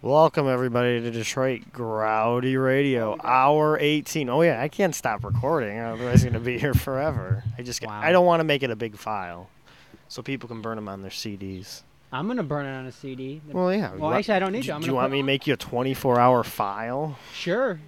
Welcome everybody to Detroit Growdy Radio, hour 18. Oh yeah, I can't stop recording, otherwise I'm gonna be here forever. I just Wow. I don't want to make it a big file, so people can burn them on their CDs. I'm gonna burn it on a CD. Well yeah. Well, you- actually, I don't need do, to. I'm do gonna you want put- me to make you a 24-hour file? Sure.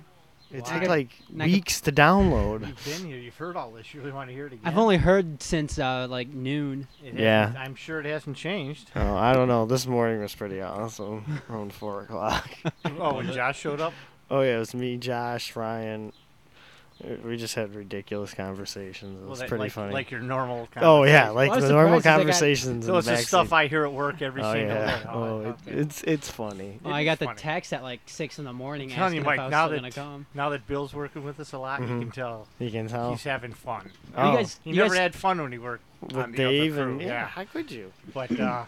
It Well, I take could- like I could- weeks to download. You've been here. You've heard all this. You really want to hear it again? I've only heard since uh, like noon. It Yeah. hasn't- I'm sure it hasn't changed. Oh, I don't know. This morning was pretty awesome. Around four o'clock. oh, when Josh showed up, Oh yeah, it was me, Josh, Ryan. Uh, We just had ridiculous conversations. It was well, that- pretty like, funny. like your normal. oh yeah, conversation. like Well, I was the normal surprised 'cause I got- conversations. so in it's the the back stuff seat. I hear at work every oh single yeah. day. Oh, it, okay. it's it's funny. Well, It I is got the funny. text at like six in the morning telling asking you, if Mike, I was now still that- gonna come. Now that Bill's working with us a lot, Mhm. you can tell You can tell. he's having fun. Oh, You guys, He you never guys, had fun when he worked on with the other Dave crew, and yeah. yeah. How could you? But uh,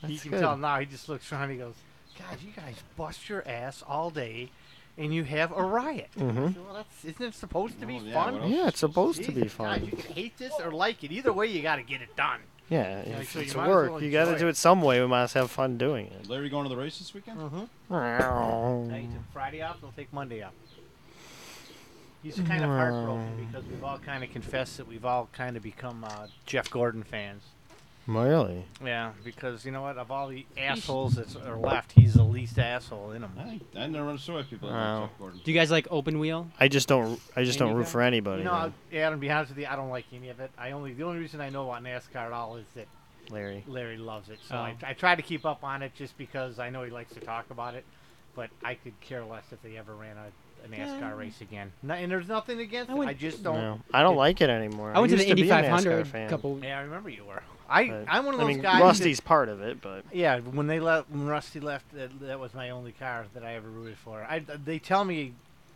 he That's can good. tell now. He just looks around. He goes, "God, you guys bust your ass all day, and you have a riot." Mhm. I said, Well, that's isn't it supposed to be Well, yeah, fun? what else Yeah, it's supposed to Jesus, be God, fun. you can hate this or like it. Either way, you got to get it done. Yeah, Yeah, if so you it's might as work. well you got to enjoy do it. it some way. We must have fun doing it. Larry going to the race this weekend? Mm-hmm. Now Wow. you took Friday off. They'll take Monday off. He's kind of heartbroken because we've all kind of confessed that we've all kind of become uh, Jeff Gordon fans. Really? Yeah, because you know what? Of all the assholes that are left, he's the least asshole in them. I, think- I never understood why people like Wow. Jeff Gordon. do you guys like open wheel? I just don't. I just Any don't root guy? for anybody. You know, man, I- Adam. To be honest with you, I don't like any of it. I only the only reason I know about NASCAR at all is that Larry. Larry loves it, so Oh. I, I try to keep up on it just because I know he likes to talk about it. But I could care less if they ever ran a, a NASCAR Yeah. race again. No, and there's nothing against I it. I wouldn't- just don't. No, I don't it- like it anymore. I went to used the Indy be a NASCAR 500 fan, couple. Yeah, I remember you were. I but- I'm one of I those mean, guys. that- Rusty's part of it, but yeah, when they left, when Rusty left, that, that was my only car that I ever rooted for. I they tell me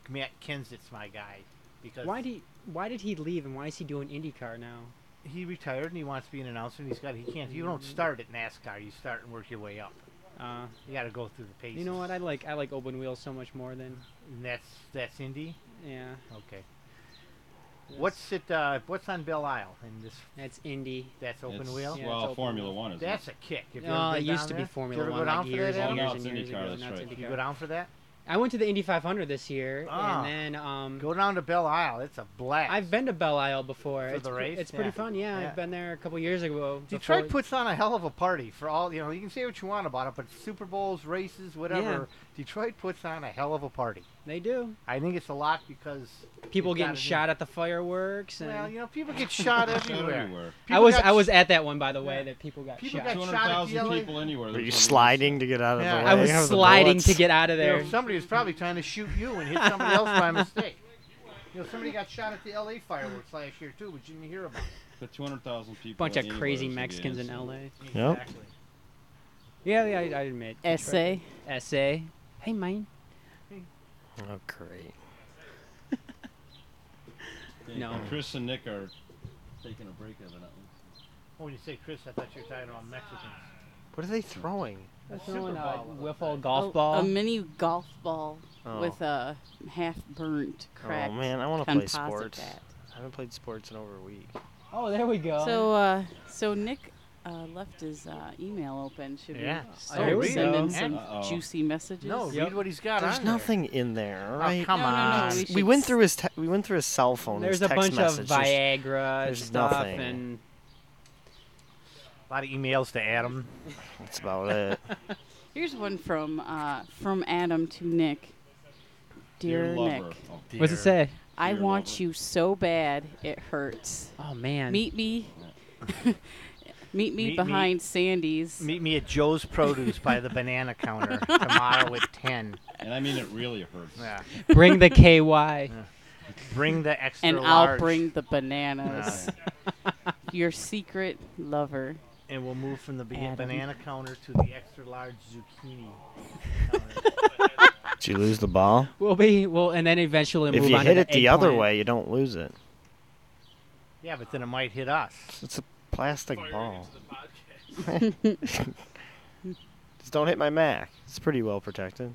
Matt Kenseth's my guy because Why did Why did he leave and why is he doing IndyCar now? he retired and he wants to be an announcer and he's got he can't you don't start at NASCAR you start and work your way up Uh, you got to go through the paces you know what? I like I like open wheel so much more than and that's that's Indy yeah. okay what's it uh, what's on Belle Isle and this That's Indy. that's open It's- wheel Yeah, well, it's open Formula wheel. One is. that's a kick Have you Uh, ever it been used down to be there? Did you Formula ever go One down like for years that, and Adam? years Oh, and no, it's years IndyCar, ago. that's Now it's right. Did you IndyCar. go down for that I went to the Indy 500 this year, Ah. and then um, go down to Belle Isle it's a blast I've been to Belle Isle before. For it's the pre- race? it's pretty Yeah. fun. Yeah, Yeah. I've been there a couple years ago. Detroit before- puts on a hell of a party for all you know. You can say what you want about it, but Super Bowls, races, whatever. Detroit puts on a hell of a party. they do. I think it's a lot because People You've getting gotta do- shot at the fireworks, and well, you know, people get shot Shot everywhere. everywhere. I People was got I sh- was at that one by the way Yeah. that people got People shot. got- shot at 200,000 DLA. people anywhere. Were There's you somebody sliding else. to get out of Yeah. the way? I was of the sliding to bullets? get out of You know, there. somebody was probably trying to shoot you and hit somebody else by mistake. You know, somebody got shot at the L.A. fireworks last year too, but you didn't hear about it. But 200,000 people. Bunch of anywhere crazy is a good Mexicans in answer. L.A. Yep. Exactly. Yeah, yeah, I, I admit. SA. Detroit- SA. Hey, man. Oh, great. Thank No. you. Chris and Nick are taking a break evidently. Oh, when you say Chris, I thought you were talking about Mexicans. What are they throwing? That's Super Oh, throwing a Bowl. wiffle golf a, ball. A mini golf ball Oh. with a half burnt, cracked oh man, I want to play composite sports. bat. I haven't played sports in over a week. oh, there we go. So, uh, so Nick uh, left his uh, email open. Should Yeah. we Oh, start here we sending go. some Uh-oh. juicy messages? No, Yep. read what he's got. There's on there. nothing in there, all right? Oh, come No, no, no, on. we we, should went s- through his te- we went through his cell phone. There's his a text bunch of messages. Viagra there's stuff nothing. and A lot of emails to Adam. That's about it. Here's one from uh, from Adam to Nick. Dear, Nick, lover. Oh, what's it say? I Dear want lover. you so bad it hurts. Oh man. Meet me. Meet me Meet me- behind Sandy's. Meet me at Joe's Produce by the banana counter tomorrow at 10. and I mean, it really hurts. Yeah. Bring the KY. Bring the extra and large. I'll bring the bananas. Your secret lover. And we'll move from the ba- Adam. banana counter to the extra large zucchini. counter. Did you lose the ball? We'll be well, and then eventually If move you on hit to it the other eggplant. way, you don't lose it. yeah, but then it might hit us. It's a plastic ball. Just don't hit my Mac. It's pretty well protected.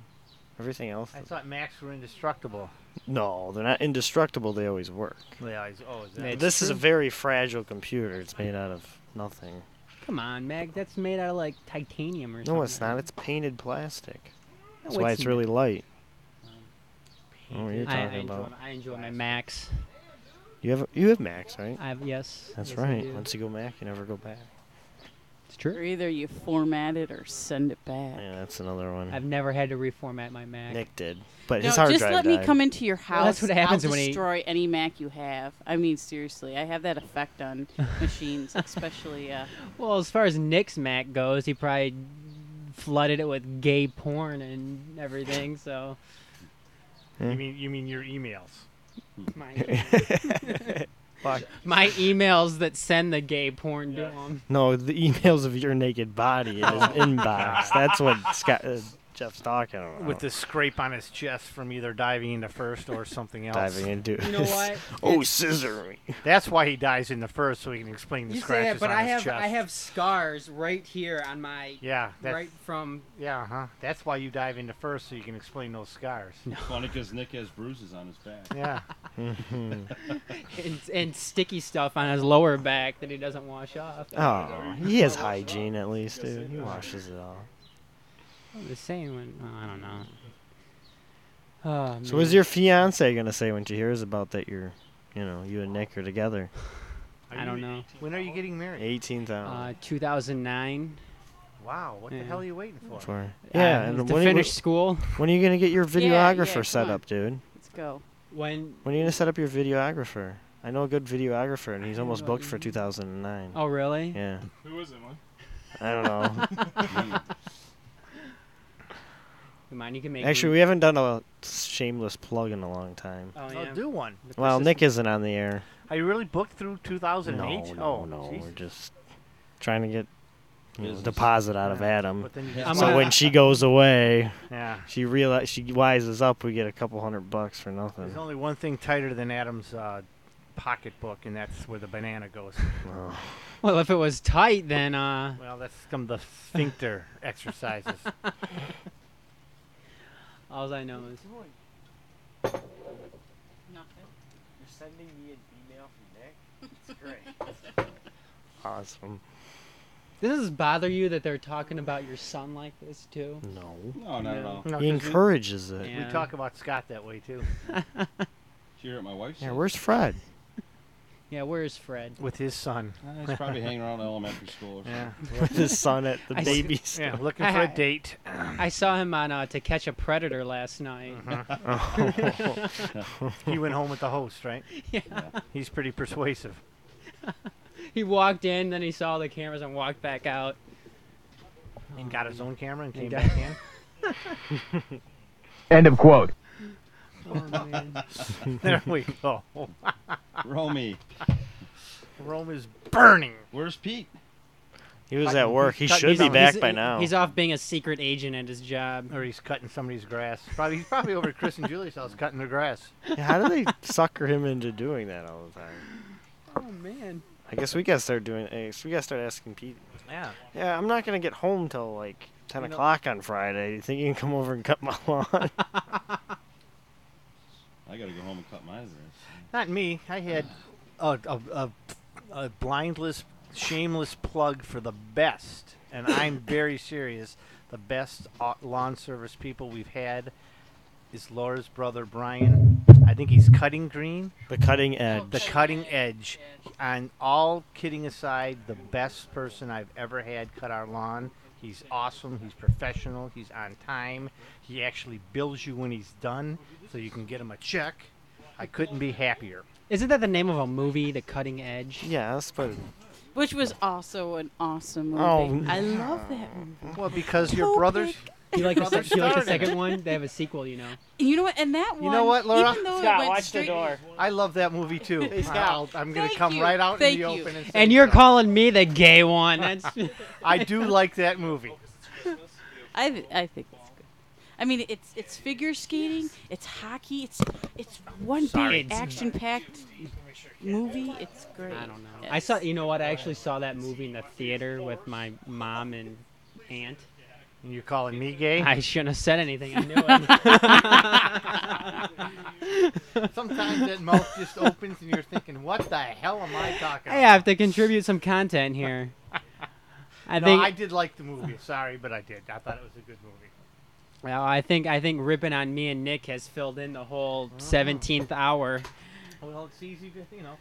Everything else. I thought Macs were indestructible. No, they're not indestructible. They always work. Yeah, he's- oh, is that- It's this is a true. very fragile computer. It's made out of nothing. Come on, Meg. That's made out of like titanium or something. No, it's not. It's painted plastic. That's why it's really light. I know what you're Um, I, I talking enjoy, about. I enjoy my Macs. You have you have Macs, right? I have yes. That's yes, I right. do. Once you go Mac, you never go back. It's Or true. either you format it or send it back. Yeah, that's another one. I've never had to reformat my Mac. Nick did, but No, his hard just drive let died. me come into your house. Well, that's what happens I'll when he- destroy any Mac you have. I mean, seriously, I have that effect on machines, especially. Uh, Well, as far as Nick's Mac goes, he probably flooded it with gay porn and everything. So Hmm? You mean you mean your emails? my e, my emails that send the gay porn to him. No, the emails of your naked body in his inbox. That's what Scott, uh, Jeff's talking about. With the scrape on his chest from either diving into first or something else. diving into You know his- what? Oh, scissor me. That's why he dies in the first, so he can explain the You say scratches that, but on I his have chest. I have scars right here on my Yeah, that's, right from. yeah, huh? That's why you dive into first, so you can explain those scars. Funny because Nick has bruises on his back. Yeah. Mm-hmm. and, and sticky stuff on his lower back that he doesn't wash off. Oh, he has hygiene at least, dude. He washes it all. I'm just saying when oh, I don't know. Oh, So, man. what's your fiance gonna say when she hears about that you're, you know, you and Nick are together? Are I don't you- know. When are you getting married? Eighteen Uh, thousand. 2009. Wow, what the yeah. hell are you waiting for? for yeah, uh, and to when, finish finish... school. when are you gonna get your Yeah, yeah, videographer come set on. up, dude? let's go. When? When are you gonna set up your videographer? I know a good videographer, and he's I don't almost know. booked for 2009. Oh, really? Yeah, Who is it, man? I don't know. Come on, you can make. Actually, we haven't done a shameless plug in a long time. Oh, I'll yeah. do one. But Well, this Nick isn't on the air. Are you really booked through no, 2008? no, oh, no. We're jeez. just trying to get you know, Business. deposit out of Yeah, Adam. But then you Yeah. just I'm so gonna- when she goes away, yeah. she realize she wises up. We get a couple hundred bucks for nothing. There's only one thing tighter than Adam's uh, pocketbook, and that's where the banana goes. Oh. is- Well, if it was tight, then uh, Well, that's some of the sphincter exercises. all I know is You're sending me an email from Nick? It's great. Awesome. does this bother you that they're talking about your son like this too? No. No, not at all. No, He 'cause encourages it. we, Yeah. we talk about Scott that way too, Did you hear what my wife said? where's Fred? Yeah, where's Fred? with his son. Uh, he's probably hanging around elementary school or something. Yeah, With his son at the I s- baby yeah, store. looking for a date. I saw him on uh, To Catch a Predator last night. Uh-huh. Oh. He went home with the host, right? Yeah. He's pretty persuasive. He walked in, then he saw the cameras and walked back out. And got his own camera and And came got- back in. End of quote. Oh man. There we go. Romy, Rome is burning. where's Pete? he was at work. He He's- should be He's- back he's- by now. He's off being a secret agent at his job. Or he's cutting somebody's grass. Probably he's probably over at Chris and Julie's house cutting their grass. How do they sucker him into doing that all the time? Oh man. I guess we gotta start doing. I guess we gotta start asking Pete. Yeah. Yeah, I'm not gonna get home till like ten You know- o'clock on Friday. You think you can come over and cut my lawn? I gotta go home and cut my grass. Not me. I had a, a, a, a blindless, shameless plug for the best, and I'm very serious. The best au- lawn service people we've had is Laura's brother Brian. I think he's cutting green, the cutting edge. the cutting edge. And all kidding aside, the best person I've ever had cut our lawn. He's awesome. He's professional. He's on time. He actually bills you when he's done, so you can get him a check. I couldn't be happier. Isn't that the name of a movie, The Cutting Edge? yes, but Which was also an awesome movie. Oh, I love that movie. Well, because your brother's. You like the, Brother se- you like the started. second one? They have a sequel, you know. You know what? And that one. You know what, Laura? Even though it Scott, went watch the straight- door. I love that movie too. I'll, I'm going to Thank come you. right out Thank in the you. open and say And you're so. calling me the gay one. That's I do like that movie. I, th- I think it's good. I mean, it's it's figure skating, it's hockey, it's it's one Sorry. big action-packed movie. It's great. I don't know. I saw E- you know what? I actually saw that movie in the theater with my mom and aunt. And you're calling me gay? I shouldn't have said anything. I knew it. Sometimes that mouth just opens and you're thinking, what the hell am I talking I about? have to contribute some content here. I No, think I did like the movie. Sorry, but I did. I thought it was a good movie. Well, I think I think ripping on me and Nick has filled in the whole seventeenth hour. Well, it's easy to, you know,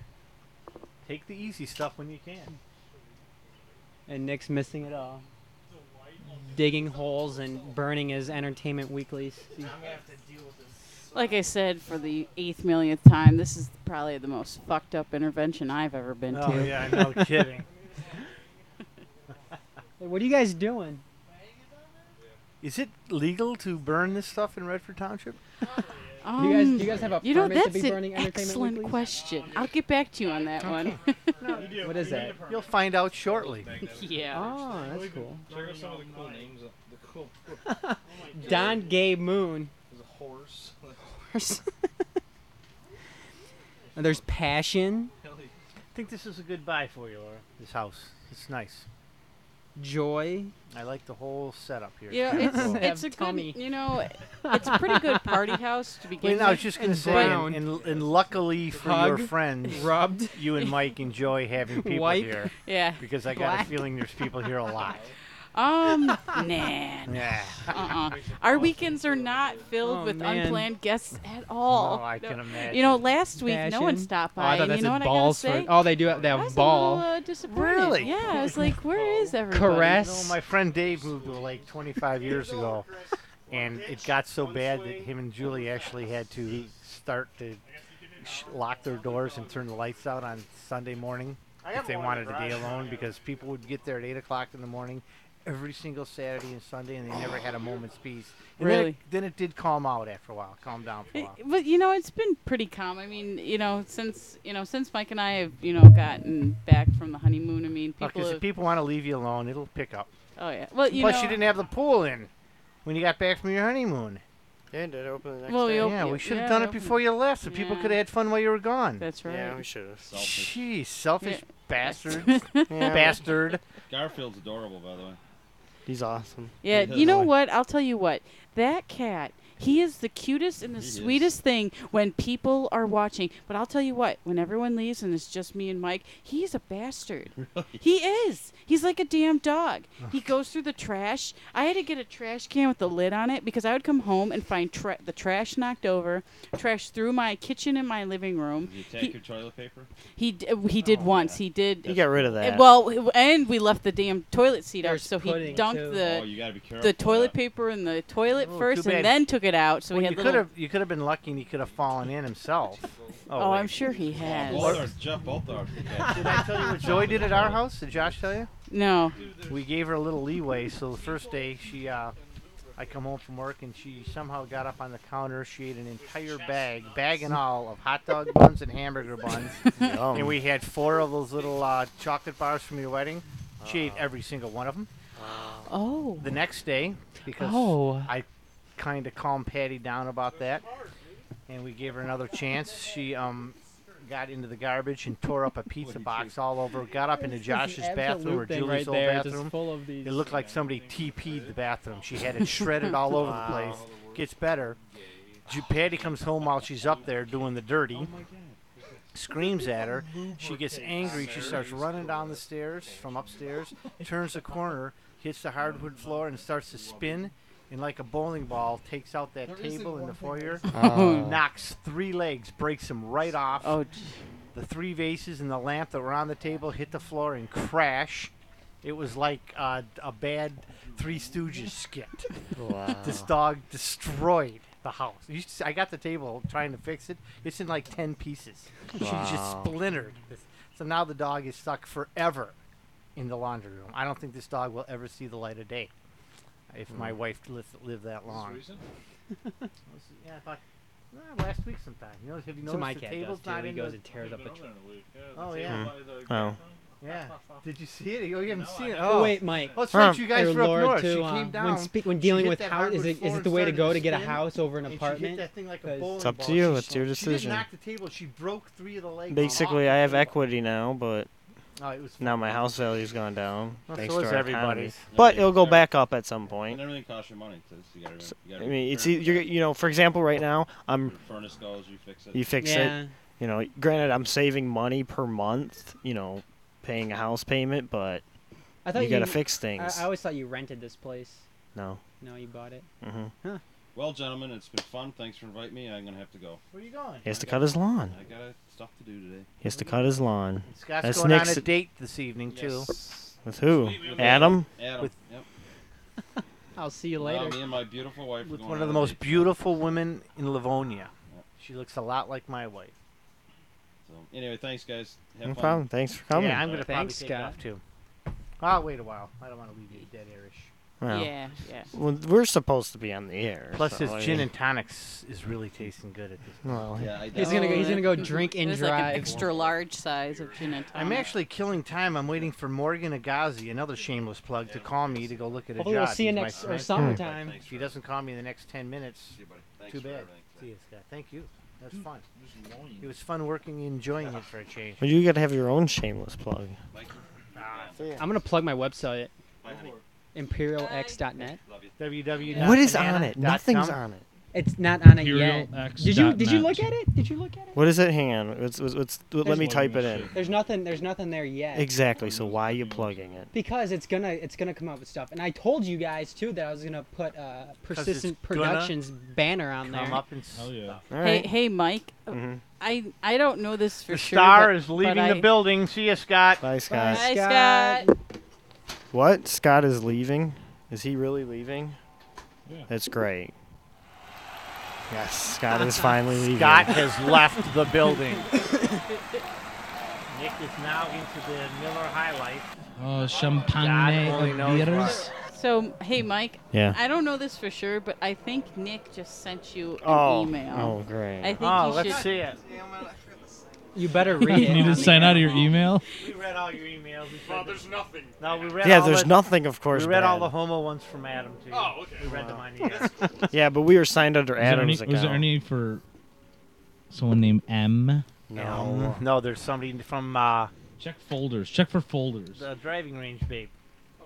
take the easy stuff when you can. and Nick's missing it all. Digging holes and burning his Entertainment Weeklies. Like I said, for the eighth millionth time, this is probably the most fucked up intervention I've ever been Oh, to. yeah, no kidding. Hey, what are you guys doing? Is it legal to burn this stuff in Redford Township? Um, Do you guys, do you guys have a you know permit that's to be burning an Entertainment excellent Weeklies? question. I'll get back to you on that one. What is that? You'll find out shortly. yeah. Oh, that's cool. Check out some of the cool names. up- The cool. Don Gay Moon. There's a horse. And There's Passion, I think this is a good buy for you, Laura. This house. It's nice. Joy. I like the whole setup here. Yeah, kinda it's cool. Have it's a good tummy. you know it's a pretty good party house to begin Well, I was with. just gonna and say, and, brown. and, and luckily for your Hug. friends, Rubbed. you and Mike enjoy having people White. here Yeah. because I got a Black. feeling there's people here a lot. Um nah. Yeah. Uh-uh. Our weekends are not filled Oh, with man. unplanned guests at all. No, Oh, I can imagine. You know, last week no Passion. one stopped Oh, by. I thought and that's you know what balls I gotta say? for. Oh, they do. They I have was a ball. little uh, disappointed. Really? Yeah, I was like, where is everybody? Correct. You know, my friend Dave moved to the lake 25 years ago, and it got so bad that him and Julie actually had to start to sh- lock their doors and turn the lights out on Sunday morning if they wanted to be alone because people would get there at 8 o'clock in the morning every single Saturday and Sunday, and they never had a moment's peace. And Then it, Really? then it did calm out after a while, calm down for a It- while. But you know, it's been pretty calm. I mean, you know, since you know, since Mike and I have you know gotten back from the honeymoon. I mean, people. Because if have, people want to leave you alone, it'll pick up. oh yeah. Well, you Plus, know. you didn't have the pool in when you got back from your honeymoon. Yeah, did it open the next Well, we day? opened- Yeah, you- we should have yeah, done you it open- before you left, so people Yeah. could have had fun while you were gone. That's right. Yeah, we should have. Selfish. Jeez, selfish Yeah. bastard, Yeah, bastard. Garfield's adorable, by the way. he's awesome. Yeah, Yeah, you know boy. what? I'll tell you what. That cat, he is the cutest and the He is. sweetest thing when people are watching. But I'll tell you what, when everyone leaves and it's just me and Mike, he's a bastard. He is. He's like a damn dog. He goes through the trash. I had to get a trash can with the lid on it because I would come home and find tra- the trash knocked over, trash through my kitchen and my living room. Did you take He your toilet paper? he, d- he did Oh, once. yeah. He did. He got rid of Uh, that. Well, w- and we left the damn toilet seat out, There's so he pudding, dunked too. the oh, you gotta be careful. the of toilet that. paper in the toilet Oh, first too bad. and then took it out. So Well, we you had could little. have you could have been lucky and he could have fallen in himself. Oh, wait. I'm sure he has. Both are, Jeff, both are. Did I tell you what Joy did at our house? Did Josh tell you? No. We gave her a little leeway, so the first day she, uh, I come home from work and she somehow got up on the counter. She ate an entire bag, bag and all, of hot dog buns and hamburger buns. Oh. Yum. and we had four of those little uh, chocolate bars from your wedding. She ate every single one of them. Oh. The next day, because Oh. I kind of calmed Patty down about that, and we gave her another chance. She um got into the garbage and tore up a pizza box all over. Got up into Josh's bathroom or Julie's right old there, bathroom. Just full of these. It looked like somebody TP'd the bathroom. She had it shredded all over the place. Gets better. Ju- Patty comes home while she's up there doing the dirty. Screams at her. She gets angry. She starts running down the stairs from upstairs, turns the corner, hits the hardwood floor, and starts to spin. And like a bowling ball, takes out that table in the foyer, oh, Oh, knocks three legs, breaks them right off. Oh. j- The three vases and the lamp that were on the table hit the floor and crash. It was like uh, a bad Three Stooges skit. Wow. This dog destroyed the house. You s- I got the table trying to fix it. It's in like ten pieces. She just Wow. splintered. This- So now the dog is stuck forever in the laundry room. I don't think this dog will ever see the light of day. If my wife lived, lived that long. Yeah, I thought, nah, last week sometime. You know, have you so noticed my the cat table's does not too. He in the- goes and tears up a. Tr- Oh yeah, Oh. yeah. Did you see it? You haven't seen it. oh Oh wait, Mike. Oh, that's right. Huh. You guys or were up Laura north. to, she uh, came down. When, speak, when she dealing hit with that house, is hardwood it, floor is it and the way to started go to get a spin, house over an and she hit apartment? that thing like a 'Cause- bowling It's up to ball. you, She it's sl- your She decision. didn't knock the table. She broke three of the legs. Basically, I have equity now, but Oh, it was now my house value's gone down. Well, thanks so to is our everybody's. economy. But it'll go Everybody's- back up at some And point. everything costs you money, too. So you gotta, you gotta I mean, it's repair e- it. you're, you know, for example, right now I'm Your furnace goes, you fix it. you fix it. yeah. You know, granted, I'm saving money per month. You know, paying a house payment, but I you thought gotta you fix I, things. I always thought you rented this place. No. No, you bought it. Mm-hmm. Well, gentlemen, it's been fun. Thanks for inviting me. I'm gonna have to go. Where are you going? He has to cut his lawn. I got stuff to do today. He has to cut his lawn. Scott's That's going next- on a date this evening too. With who? Adam? Adam. With- yep. I'll see you Well, later. me and my beautiful wife. are With going one on of the a most date, beautiful women in Livonia. Yep. She looks a lot like my wife. So, anyway, thanks guys. Have No fun. problem. Thanks for coming. Yeah, I'm gonna Alright. probably Thanks, take Scott. off too. I'll wait a while. I don't want to leave you dead airish. Well, Yeah, yeah. well, we're supposed to be on the air. Plus, so, his I gin mean- and tonics is really tasting good at this. Well, Yeah, I He's doubt- gonna go- he's Oh, gonna go that- drink and there's like drive. an extra large size of gin and I'm tonic. actually killing time. I'm waiting for Morgan Agazi, another shameless plug, to call me to go look at a Hopefully job. we'll see you He's my next or friend. summertime. If he doesn't call me in the next 10 minutes, See you, buddy. Thanks too for bad. everything. See you, Scott. Thank you. That was fun. It was fun working and enjoying it for a change. well, you got to have your own shameless plug. Thank you. Ah, I'm gonna plug my website, Bye, honey. imperialx.net. Love you. www. what is on it? Nothing's on it. It's not on it yet. Imperialx.net. Did you did you look at it? Did you look at it? What is it? Hang on. It's, it's, it's, let There's me one type it more in. shit. There's nothing. There's nothing there yet. Exactly. So why are you plugging it? because it's gonna it's gonna come up with stuff. And I told you guys too that I was gonna put uh, it's persistent gonna productions banner on Come there. up and s- Hell yeah. All Hey, right. hey, Mike. uh, Mhm. I I don't know this for The sure. star but- is but leaving I- the building. See you, Scott. Bye, Scott. Hi, Scott. Scott. What? Scott is leaving? Is he really leaving? Yeah. That's great. Yes, Scott is finally leaving. Scott has left the building. Nick is now into the Miller High Life. Oh, God champagne only of knows beers. So, hey, Mike. Yeah. I don't know this for sure, but I think Nick just sent you an Oh. email. Oh, I great. think Oh, you let's should. see it. You better read You need to it. sign out of your email. We read all your emails. Well, there's nothing. No, we read yeah, all there's the, nothing, of course. We read all the bad. homo ones from Adam too. Oh, okay. We read them on you. Yeah, but we were signed under Was there, any, Adam's account. was there any for someone named M? No. no, there's somebody from uh, Check folders. Check for folders. the driving range, babe. Oh,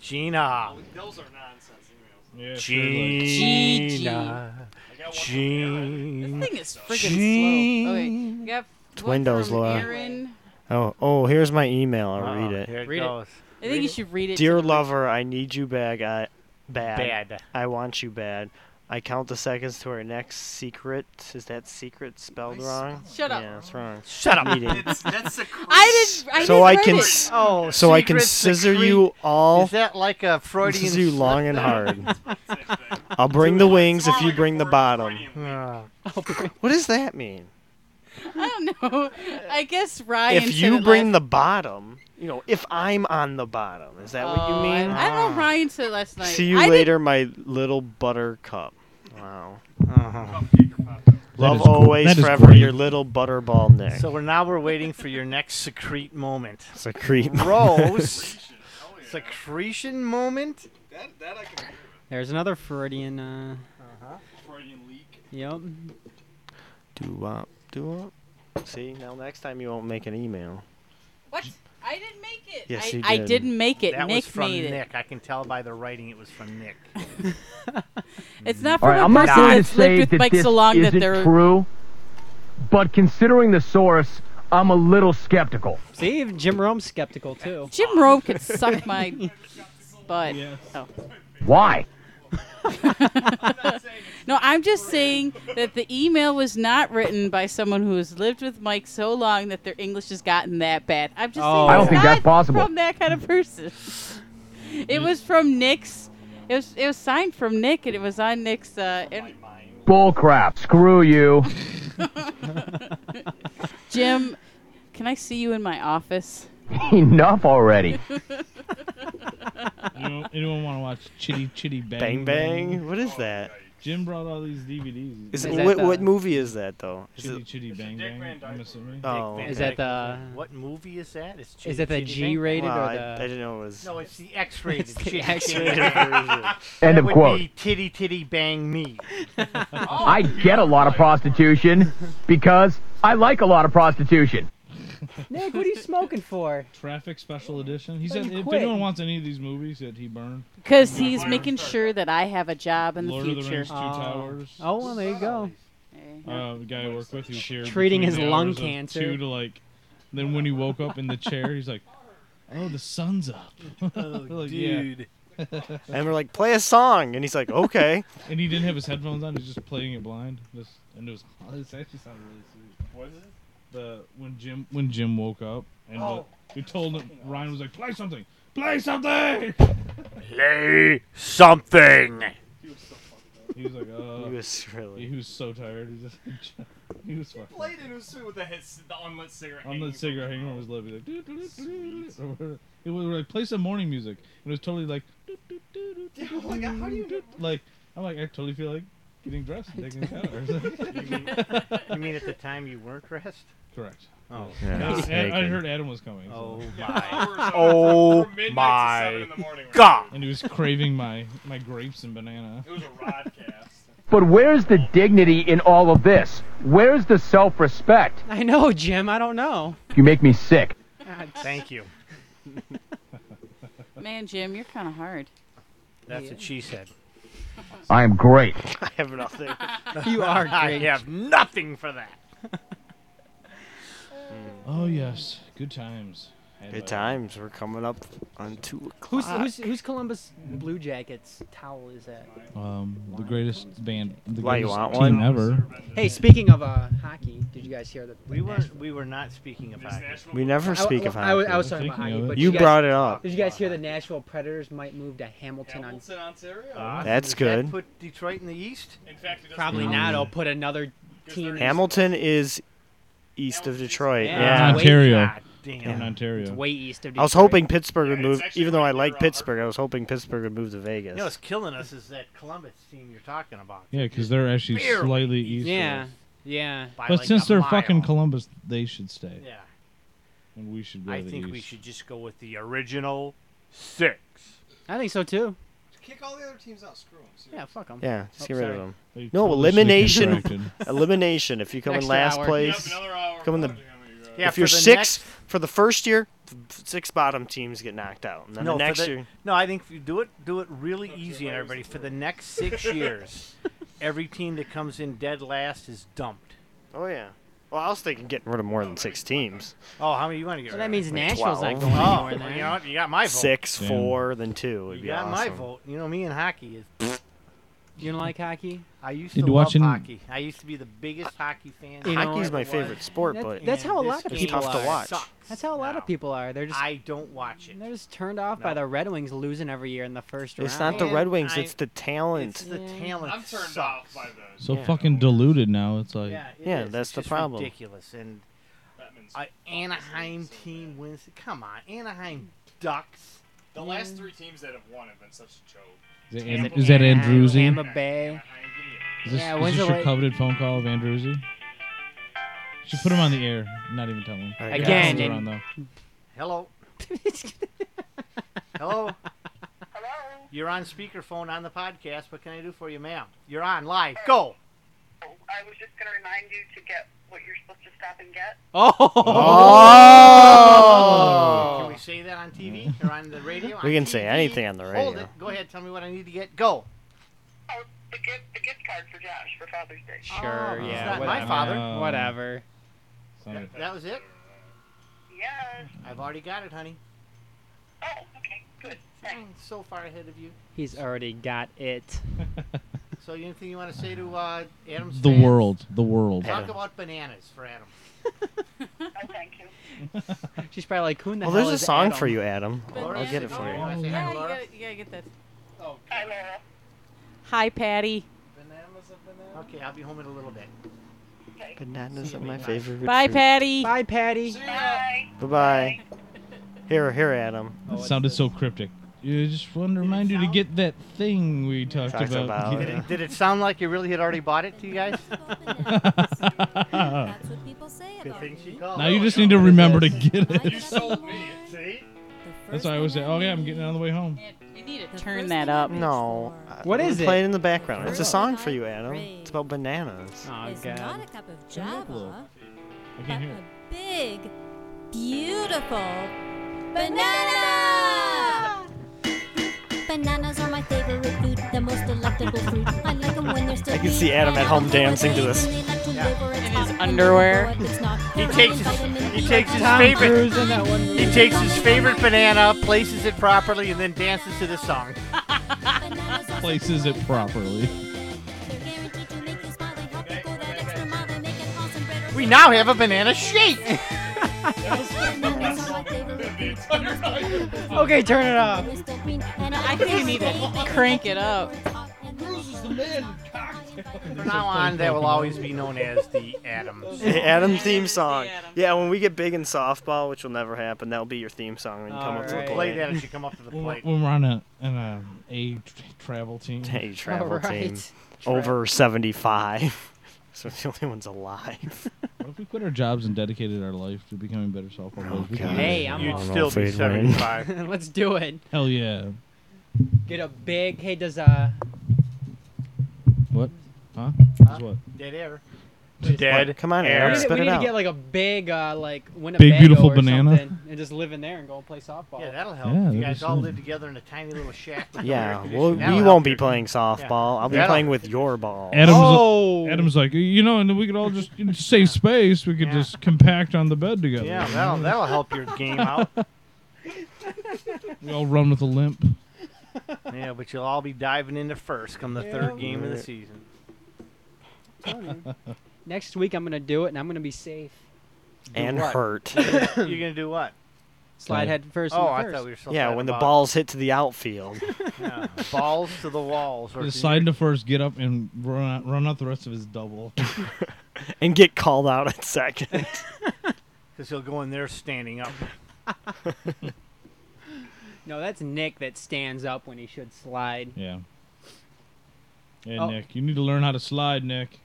Gina. Those are nonsense emails. Gina. This Gina. thing is friggin' slow. Okay, we got one Windows, from Laura. Aaron. Oh, oh, here's my email. I'll Uh-uh. read Uh-oh, it. Oh, Here it Read it. goes. I think you should read it. Dear to the- lover, I need you back. I, bad. Bad. I want you bad. I count the seconds to our next secret. Is that secret spelled wrong? Shut up. Yeah, it's wrong. Shut up. Meeting. That's a I didn't. I so I didn't read can, it. s- Oh, so I can secret scissor secret- you all. Is that like a Freudian? Scissor you long and hard. I'll bring the wings if you bring the bottom. Uh, What does that mean? I don't know. I guess Ryan. If said you it bring last- the bottom, you know, if I'm on the bottom, is that what you Oh, mean? I, I don't know. Ryan said it last night. See you I didn't- later, my little buttercup. Wow. uh-huh. Love is gr- always, that is forever, great. your little butterball Nick. So we're now we're waiting for your next secrete moment. Secrete. Rose. Secretion moment. That, that I can agree There's another Freudian. Uh, with. Freudian leak. yep. Do up, do up. See, now next time you won't make an email. What? I didn't make it. Yes, I, you I did. didn't make it. That Nick was from made Nick. I can tell by the writing it was from Nick. it. It's not from All right, a I'm not person trying to that's lived say with that Mike this so long that isn't they're. true, but considering the source, I'm a little skeptical. See, even Jim Rome's skeptical too. Jim Rome could suck my butt. Oh. Why? No, I'm just saying that the email was not written by someone who has lived with Mike so long that their English has gotten that bad. I'm just Oh. saying I don't it's think that's not possible. from that kind of person. It was from Nick's. It was it was signed from Nick, and it was on Nick's. Uh, in- Bull crap. Screw you. Jim, can I see you in my office? Enough already. You don't, you don't want to watch Chitty Chitty Bang Bang bang. What is that? Jim brought all these DVDs. Is Is it, that what, what the- movie is that though? Is Chitty it, Chitty Bang Dick Van Bang? Dyke I'm movie. assuming. oh, Dick Is Van that Dyke. the- What movie is that? It's Is it the Chitty Chitty Bang Bang. G-rated wow, or I, the? I didn't know it was. No, it's the X-rated. It's the Chitty X-rated. Chitty Bang. End That of would quote. be titty titty bang me. I get a lot of prostitution because I like a lot of prostitution. Nick, what are you smoking for? Traffic Special Edition. He Well, said you if quit. anyone wants any of these movies that he burned, Because he's making sure that I have a job in the Lord of the future. Rings, Two Oh. Towers. Oh well, there you go. Uh, the guy I work with, he was here Treating between his the lung hours of cancer. Two to like, Oh, then when he woke up in the chair, he's like, "Oh, the sun's up." Like, yeah. and we're like, play a song, and he's like, okay. And he didn't have his headphones on. He's just playing it blind. This and it was. Oh, This actually sounded really sweet. What is it? The when Jim when Jim woke up and uh, Oh. we told him Ryan was like, play something, play something. Play something. He was like, uh, He was really. he was so tired. He just he was fucking. Played it. It was sweet with the, hits, the unlit cigarette. On hanging the from cigarette hanger on his lip, he's like, "Doo, doo, doo, doo, doo, doo." it was like play some morning music, and it was totally like, "Doo, doo, doo, doo, doo, Yeah, like, how do you doo, doo." like I'm like I totally feel like getting dressed and taking a shower. You mean, you mean at the time you weren't dressed? Correct. Oh. Yeah, I, he's I naked. heard Adam was coming, Oh so- Yeah, my. hours on it Oh from- from midnight to my seven in the morning, right? God. and he was craving my my grapes and banana. It was a rodcast. But where's the dignity in all of this? Where's the self respect? I know, Jim. I don't know. You make me sick. Thank you. Man, Jim, you're kind of hard. That's what she said. I am great. I have nothing. You are I great. have nothing for that. Oh yes, good times. Had Good a- times. We're coming up on two o'clock. Who's, who's, who's Columbus Blue Jackets towel is that? Um, the greatest band, the Why, you greatest want team one? ever. Hey, speaking of uh, hockey, did you guys hear the? We were we were not speaking of There's hockey. national We never I, speak of I, I, was- hockey. I was talking about Speaking hockey, of it. but you guys, brought it up. Did you guys hear the Nashville Predators might move to Hamilton on? Hamilton, Ontario. Awesome. That's Does that good. put Detroit in the East. In fact, it doesn't Probably count. not. I'll put another team. Hamilton is east of Detroit. Yeah. Yeah. Wait, Ontario. God They're in damn. It's Ontario. way east of. Detroit. I was hoping Pittsburgh would Yeah, it's move, actually even though right I there like on Harvard. Pittsburgh. I was hoping Pittsburgh would move to Vegas. You know what's killing us is that Columbus team you're talking about. Yeah, because they're actually Barely. slightly east. of Yeah, us. yeah. By But like since a they're mile. fucking Columbus, they should stay, Yeah. and we should go I to the think east. we should just go with the original six. I think so too. Kick all the other teams out. Screw them. Yeah, fuck them. Yeah, let's Oh, get rid sorry. of them. They No, totally should get elimination. distracted. Elimination. If you come in Extra last hour. You place, have another hour. Come in the- How many you got? Yeah, if you're for the sixth next- for the first year, f- six bottom teams get knocked out, and then for the next the- year. No, I think if you do it, do it really easy on everybody. For the next six years, every team that comes in dead last is dumped. Oh yeah. Well, I was thinking getting rid of more than six teams. Oh, how many you want to get? So rid that of? means Nashville's 12. not going Oh, anywhere. you then. know, what? you got my vote. Six, Damn. four, then two. Would You be got my awesome. vote. You know me and hockey is. You don't like hockey? I used to Did love watching- hockey. I used to be the biggest hockey fan. You know, Hockey's my ever was. favorite sport, That- but That's And how a this lot of game It's tough to people are. watch. sucks That's how a lot now. of people are. They're just I don't watch it. they're just turned off by No. the Red Wings losing every year in the first it's round. not the Man, Red Wings. I- it's the It's talent. the Yeah. talent. I'm turned sucks. off by the so Yeah. fucking diluted now. It's like Yeah, it Yeah, is. that's It's the just problem. Ridiculous and Batman's. uh, Anaheim team wins. Come on, Anaheim Ducks. The last three teams that have won have been such a joke. is that, Tampa- is that Anaheim, Andrewsy? Tampa Bay. Anaheim, give me Is this, Yeah, is when's this the your la- coveted phone call of Andrewsy? Should put him on the air. Not even tell him. All right, Again, guys. Still and- around, though. Hello. Hello. Hello. You're on speakerphone on the podcast. What can I do for you, ma'am? You're on live. Go. I was just going to remind you to get what you're supposed to stop and get. Oh, Can we say that on TV or on the radio? Oh. We On can say TV? anything on the Hold radio. it. Go ahead. Tell me what I need to get. Go. Oh, the gift, the gift card for Josh for Father's Day. Oh. sure, it's yeah, not my whatever. father. Uh, whatever. Sorry. That was it. Yes. I've already got it, honey. Oh, okay. Good. Thanks. I'm so far ahead of you. He's already got it. So, anything you want to say to uh, Adam's The fans? world. The world. Talk about bananas for Adam. No, Oh, thank you. She's probably like, who in the Well, hell there's a is song Adam? for you, Adam. I'll, But I'll yeah, get it for you. I say hi to Yeah, you Laura? gotta, you gotta get that. Oh, Hi, Laura. Hi, Patty. bananas of bananas. Okay, I'll be home in a little bit. Okay. Bananas are my favorite. Bye, Patty. Bye, Patty. Bye. Bye bye. Here, here, Adam. That sounded so cryptic. I just want to remind you to get that thing we talked, Talked about, Did it, did it sound like you really had already bought it to you guys? That's what people say Good about thing she me. called. now you just need to remember to get I it. get up in the Sold me. morning, See? the That's first why I always thing say, oh yeah, I'm getting need- on the way home. You need the to turn first that thing I up. reach No. for What I'm is gonna it? Play it in the background. It's a Really? song for you, Adam. Great. It's about bananas. Oh, Is not God. a cup of Turn it up a little. java, I but can't hear a it. big, beautiful banana! Bananas are my favorite food, the most delectable fruit. I like them when they're still I can see Adam at home dancing to this. In his underwear. He takes his- he takes his Tom favorite- Cruise in that one He movie. takes his favorite banana, places it properly, and then dances to this song. places it properly. We now have a banana shake. Okay, turn it off. I think you need to crank it up. From now on, that will always be known as the Adams. The Adam theme song. Yeah, when we get big in softball, which will never happen, that'll be your theme song when you come up to the Alright. plate. Play that as you come up to the When plate. when we're on a an um, a tr- travel team. Hey, travel team. Alright. Over 75. so it's the only one's alive. What if we quit our jobs and dedicated our life to becoming better softball players? We could God. do Hey, that. I'm You'd I don't know still if be we'd win. 75. Let's do it. Hell yeah. Get a big. Hey, does uh. What? Huh? Is what? Dead air. Just Dead. Come on, air. We Adam, need, to- spit we it need to out. get like a big, uh, like Winnebago beautiful or banana. something, and just live in there and go play softball. Yeah, that'll help. Yeah, that'd you be guys all fun. live together in a tiny little shack. With no air yeah, conditioning. well, That'll we help won't be your- playing softball. I'll be That'll- playing with your ball. Adam's, oh, Adam's like, you know, and we could all just you know, save space. We could Yeah. just compact on the bed together. Yeah, that'll, that'll help your game out. We all run with a limp. Yeah, but you'll all be diving into first come the third game of the season. Next week I'm gonna do it, and I'm gonna be safe. and what? hurt. You're gonna do what? Slide Yeah. head first. oh, into I first. thought we were still yeah, talking when the about- balls hit to the outfield. yeah, balls to the walls. Or Just to slide into first, get up, and run out, run out the rest of his double. and get called out at second. Because he'll go in there standing up. No, that's Nick that stands up when he should slide. yeah. Yeah, Oh. Nick, you need to learn how to slide, Nick.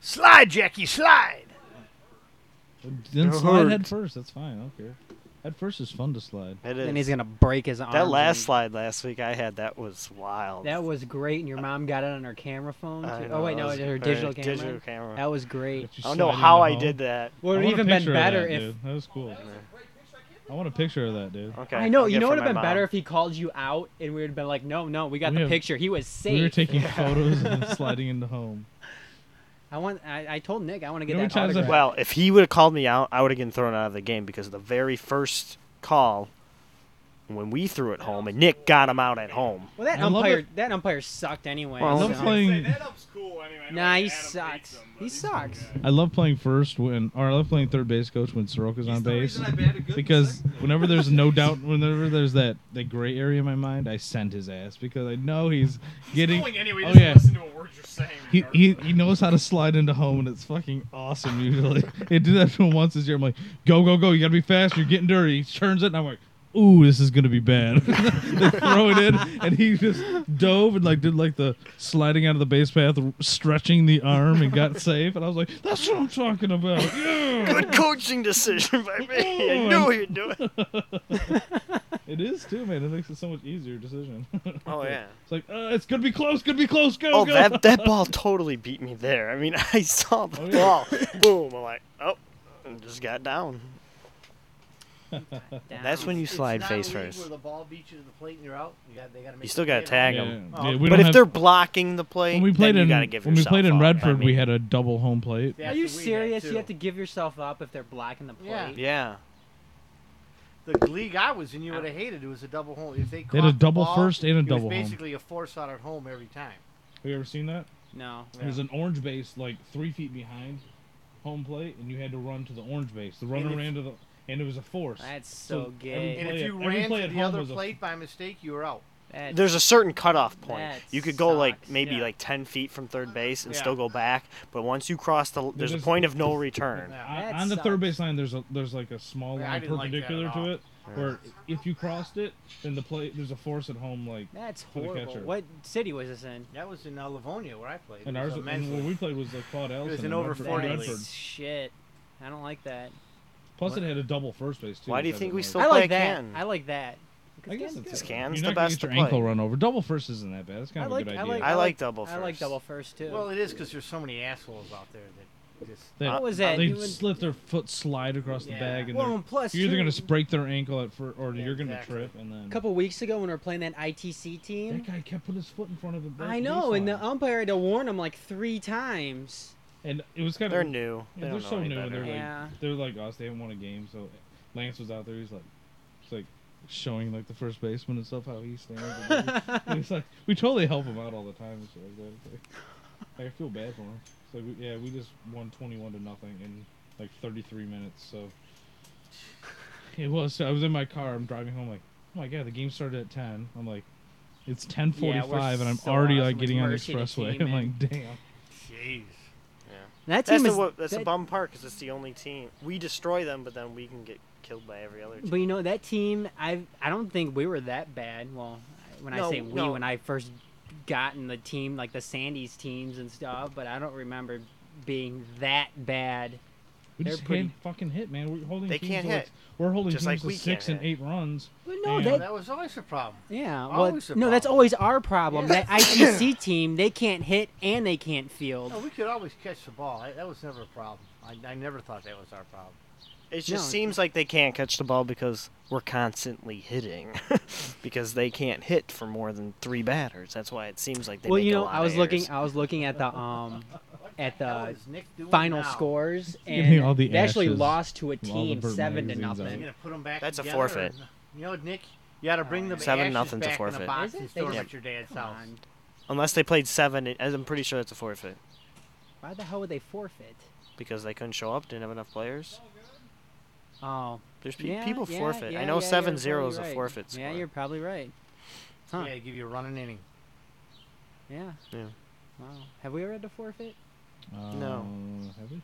Slide, Jackie, slide. Then slide Hurt. head first. That's fine. I don't care. Head first is fun to slide. It Then is. he's gonna break his arm. that last slide last week I had, that was wild. That was great, and your mom got it on her camera phone. I Too. know, Oh wait, that no, was her great. digital camera. Digital camera. That was great. Just I don't know sliding how into I home. did that. I Would have want a even been picture of better that, if dude. that was cool. I want a picture of that, dude. Okay. I know. I'll You get know, it would from have been my mom. better if he called you out, and we would have been like, "No, no, we got We the have- picture. He was safe." We were taking photos and sliding into home. I want. I, I told Nick I want to You get know that how many times I've- autograph. Well, if he would have called me out, I would have gotten thrown out of the game because the very first call when we threw it home and Nick got him out at home. Well, that I love umpire, it- that umpire sucked anyway. I Well, love so- playing. Nah, he sucks. He sucks. I love playing first when, or I love playing third base coach when Soroka's on base, because whenever there's no doubt, whenever there's that that gray area in my mind, I send his ass because I know he's getting. oh yeah, to a word you're saying. he, he he knows how to slide into home, and it's fucking awesome. Usually, he did that for once this year. I'm like, go go go, you gotta be fast. You're getting dirty. He turns it, and I'm like. Ooh, this is gonna be bad. they throw it in, and he just dove and like did like the sliding out of the base path, stretching the arm, and got safe. And I was like, "That's what I'm talking about." Hmm. Yeah. Good coaching decision by me. I knew he'd do it. It is too, man. It makes it so much easier decision. it's Oh yeah. like, uh, it's gonna be close, gonna be close, go, Oh, go. that that ball totally beat me there. I mean, I saw the Oh, ball. yeah. Boom. I'm like, oh, and just got down. That's when you slide It's not a face league Where first. the ball beats you to the plate and you're out. You, got, they gotta make You still a gotta play. tag yeah, 'em. yeah. Oh. Yeah, we But don't if have- they're blocking the plate, when we played then in you gotta give when we yourself played in up, I Redford, we mean. had a double home plate. That's Are you what we had, serious? too. You have to give yourself up if they're blocking the plate. Yeah. Yeah. The league I was in, you would have hated. It was a double home. If they, had a caught the double ball, first and a it was double home. basically a force out at home every time. Have you ever seen that? No. There's an orange base like three feet behind home plate, and you had to run to the orange base. The runner if- ran to the, and it was a force. That's So, so every gay. And if play- you every ran play to at the home other was a- plate by mistake, you were out. That- There's a certain cutoff point. That you could go like sucks, maybe yeah. like 10 feet from third base and Yeah. still go back, but once you cross the, there's a just- point of no return. Yeah. on, That on the sucks. third base line, there's a there's like a small Yeah, I line didn't like that perpendicular at all. to it, where if you crossed it, then the play there's a force at home like. That's the horrible. catcher. What city was this in? That was in uh, Livonia where I played. And It was ours, immense. and where we played was like Claude Ellison. an and over Redford- 40 Redford. league. Shit. I don't like that. Plus, it had a double first base too. Why do you which I think didn't we like. still- Don't I play like that. Canton. I like that. 'Cause I guess Canton's it's good. Can's You're the not gonna best get to your play. ankle run over. Double first isn't that bad. It's I kind of like. a good I idea. like. I like double I like first. double first too. Well, it is because there's so many assholes out there that just. They, uh, What was that? They You would- slip their foot slide across Yeah. the bag, and Well, they're- and plus you're either too- gonna break their ankle at first, or Yeah, you're gonna exactly. trip, and then A couple weeks ago when we were playing that ITC team, that guy kept putting his foot in front of the. I know, and the umpire had to warn him like three times. and it was kind They're of new. They they're don't know so any new, and better. they're like Yeah. they're like us. They haven't won a game, so Lance was out there. He's like, he's like, showing like the first baseman and stuff how he stands. And he's like, we totally help him out all the time and shit like that. It's like, like, I feel bad for him. It's like, we, yeah, we just won twenty-one to nothing in like thirty-three minutes. So it was. I was in my car. I'm driving home. Like, oh my god, the game started at ten. I'm like, it's ten forty-five, and I'm so already awesome. like We getting on the murdered a expressway. team, I'm man. like, damn. Jeez. That that's team the is- wo- that's a that- bum part because it's the only team we destroy them, but then we can get killed by every other team. But you know that team, I I don't think we were that bad. Well, when No, I say we, no. when I first got in the team, like the Sandys teams and stuff, but I don't remember being that bad. We They're just pretty. can't fucking hit, man. We're holding They teams can't to, like, hit. we're holding Just teams like to we can't six and hit. eight runs. But no, and- that- That was always the problem. Yeah, well, Always a no, that's problem. always our problem. Yeah. That ITC team, they can't hit and they can't field. Oh, No, we could always catch the ball. I, that was never a problem. I, I never thought that was our problem. It No, just it's- seems like they can't catch the ball because we're constantly hitting, because they can't hit for more than three batters. That's why it seems like they. well, make you a know, lot I of was errors. looking, I was looking at the um, at Hell the is Nick doing final now? scores, getting and all the they actually ashes lost to a from all the team burnt seven to magazines out. You nothing. gonna put 'em back? That's a together or forfeit. n- You know, Nick, you gotta bring them Seven ashes nothing's a back in forfeit. a box Is it? and They store 'em just- at your dad's Come house. on. Unless they played seven, it- I'm pretty sure it's a forfeit Why the hell would they forfeit? because they couldn't show up, didn't have enough players. Oh, There's pe- yeah, people yeah, forfeit. yeah, I know yeah, seven you're zero probably is a right. forfeit Yeah, score. you're probably right. Huh. Yeah, give you a running inning. Yeah. Yeah. Wow. Have we ever had to forfeit? No. Uh, have we?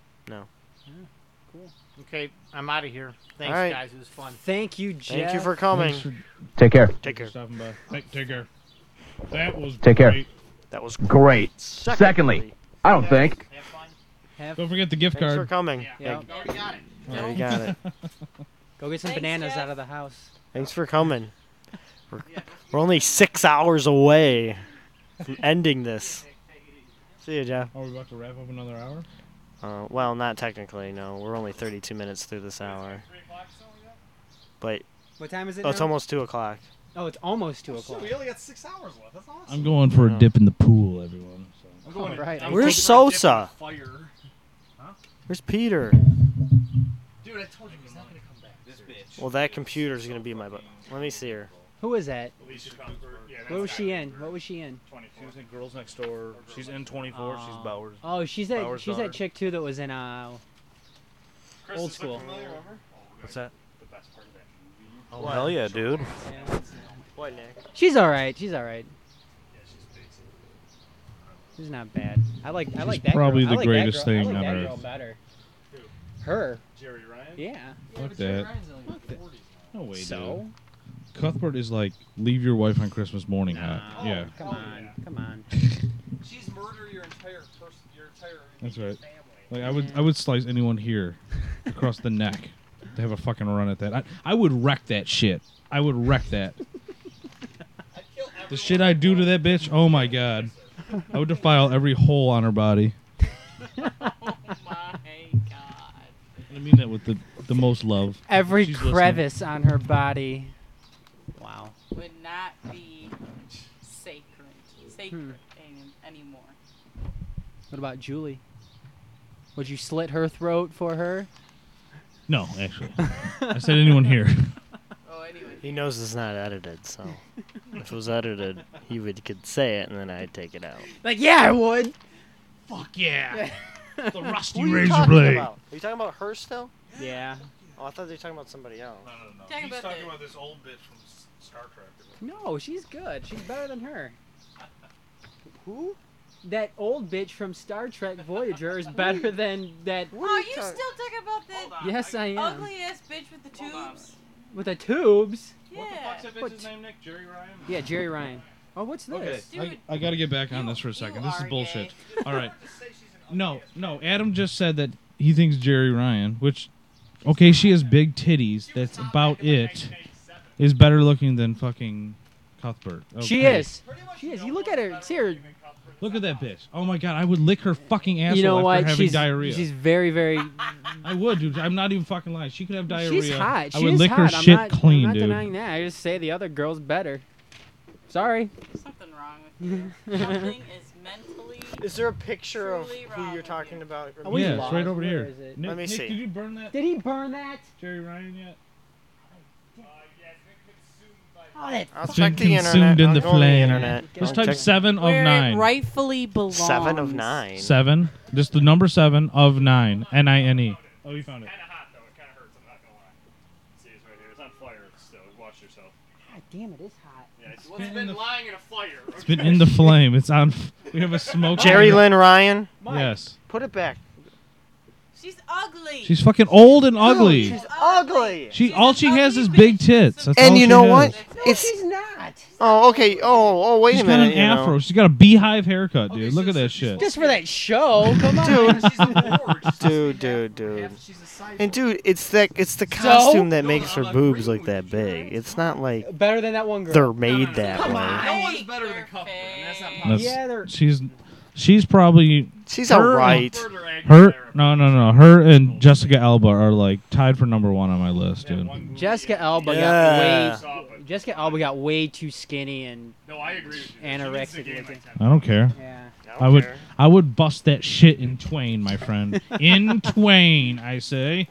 Cool. Okay, I'm out of here. Thanks, right. guys. It was fun. Thank you, Jeff. Thank you for coming. Thanks for- Take care. Take for care. stopping by. Take, take care. That was Take care. great. That was Great. Secondly, I don't think. Have fun. Have- Don't forget the gift Thanks for card. coming. yeah, You already got it. Yeah, you got it. Go get some Thanks, bananas Jeff. out of the house. Thanks for coming. We're, we're only six hours away from ending this. See you, Jeff. Are we about to wrap up another hour? Uh, well, not technically, no. We're only 32 minutes through this hour. But What time is it oh, now? it's almost 2 o'clock. Oh, it's almost two o'clock. only got six hours left. That's awesome. I'm going for a dip in the pool, everyone. So. I'm going. Alright. I'm Where's going for a dip in Sosa? the Fire. Where's Peter? Dude, I told you he's not gonna come back. This bitch. Well, that computer's going to be my butt. Let me see her. Who was that? Alicia Cuthbert. Yeah, What was she in? What was she in? She was in Girls Next Door. She's in 24. She's Oh. Ah. Bowers. Oh, she's that. Bauer's she's daughter. that chick too that was in uh, Chris, Old this school. look familiar, remember? What's that? The best part of that movie. Oh, hell yeah, dude. yeah. What, Nick? She's all right. She's all right. Yeah, she's basic. She's not bad. I like. I like that. probably girl. I the like greatest that girl. thing I like on that girl earth. better. Who? Her. Jerry Ryan. Yeah. Fuck that. Fuck that. No way, so. dude. Cuthbert is like, leave your wife on Christmas morning. Nah. hot. Uh, Yeah. Come Oh, on. yeah. Come on. She's murdered your entire person, your entire That's right. family. Like I would, Yeah. I would slice anyone here across the neck to have a fucking run at that. I, I would wreck that shit. I would wreck that. I kill The everyone. shit I do to that bitch. Oh my god. I would defile every hole on her body. And I mean that with the the most love. Every She's listening. crevice on her body. Wow. Would not be sacred, Hmm. sacred anymore. What about Julie? Would you slit her throat for her? No, actually, I said anyone here. Oh, anyway. He knows it's not edited, so if it was edited, he would could say it and then I'd take it out. Like, yeah, I would. Fuck yeah. the rusty Are you talking about her still? Yeah. Oh, I thought they were talking about somebody else. No, no, no. Talking He's about talking the- about this old bitch from S- Star Trek. No, she's good. She's better than her. Who? That old bitch from Star Trek Voyager is better than that. Oh, you still talking about that Yes, I am. ugly ass bitch with the tubes? With the tubes. What the Yeah. fuck's that bitch's name, Nick? Jerry Ryan? Yeah, Jerry Ryan. Oh, what's this? Okay. Dude, I, I gotta get back on You- this for you a second. This are is gay. bullshit. All right. No, no. Adam just said that he thinks Jerry Ryan, which, okay, she has big titties. That's about it. Is better looking than fucking Cuthbert. She Okay. is. She is. You look at her. See her. Look at that bitch. Oh my god, I would lick her fucking asshole You know after what? having She's diarrhea. she's very very. I would, dude. I'm not even fucking lying. She could have diarrhea. She's hot. She I would is lick hot. her I'm shit not, clean, I'm not dude. denying that. I just say the other girl's better. Sorry. There's something wrong with you. Something is mentally. Is there a picture of Truly who wrong you're with talking you. about? Are we yeah, lost? it's right over Where here. is it? Nick, Let me Nick, see. Did you burn that Did he burn that? Jerry Ryan yet? Oh, that It's been consumed in the flame. Let's type seven of Where it nine. rightfully belongs. Seven of nine. Seven. Just the number seven of nine. N I N E. Oh, you found it. Kind of hot though. It kind of hurts. I'm not gonna lie. See, it's right here. It's on fire still. Watch yourself. God damn it, it's hot. Yeah, it's, well, it's been lying in a fire. It's been in the flame. It's on. f- We have a smoke. Jerry Lynn Ryan? Yes. Put it back. She's ugly. She's fucking old and ugly. She's ugly. She all she has is big tits. That's all and you she know has. what? it's, she's not. Oh, okay. Oh, oh, wait She's a got minute. an you know. afro. She's got a beehive haircut, dude. Look at that shit. Just for that show, come on. dude, dude, dude. And dude, it's that it's the costume that makes her boobs look that big. It's not like Better than that one girl. they're made that Come way. on. No one's better than Cuthbert, and that's not That's- possible. she's she's probably She's her alright. and- Her no no no. Her and Jessica Alba are like tied for number one on my list, dude. Jessica Alba Yeah. got way Jessica Alba got way too skinny and no, I agree with you. anorexic looking. I don't care. Yeah. I would I would bust that shit in twain, my friend. In twain, I say.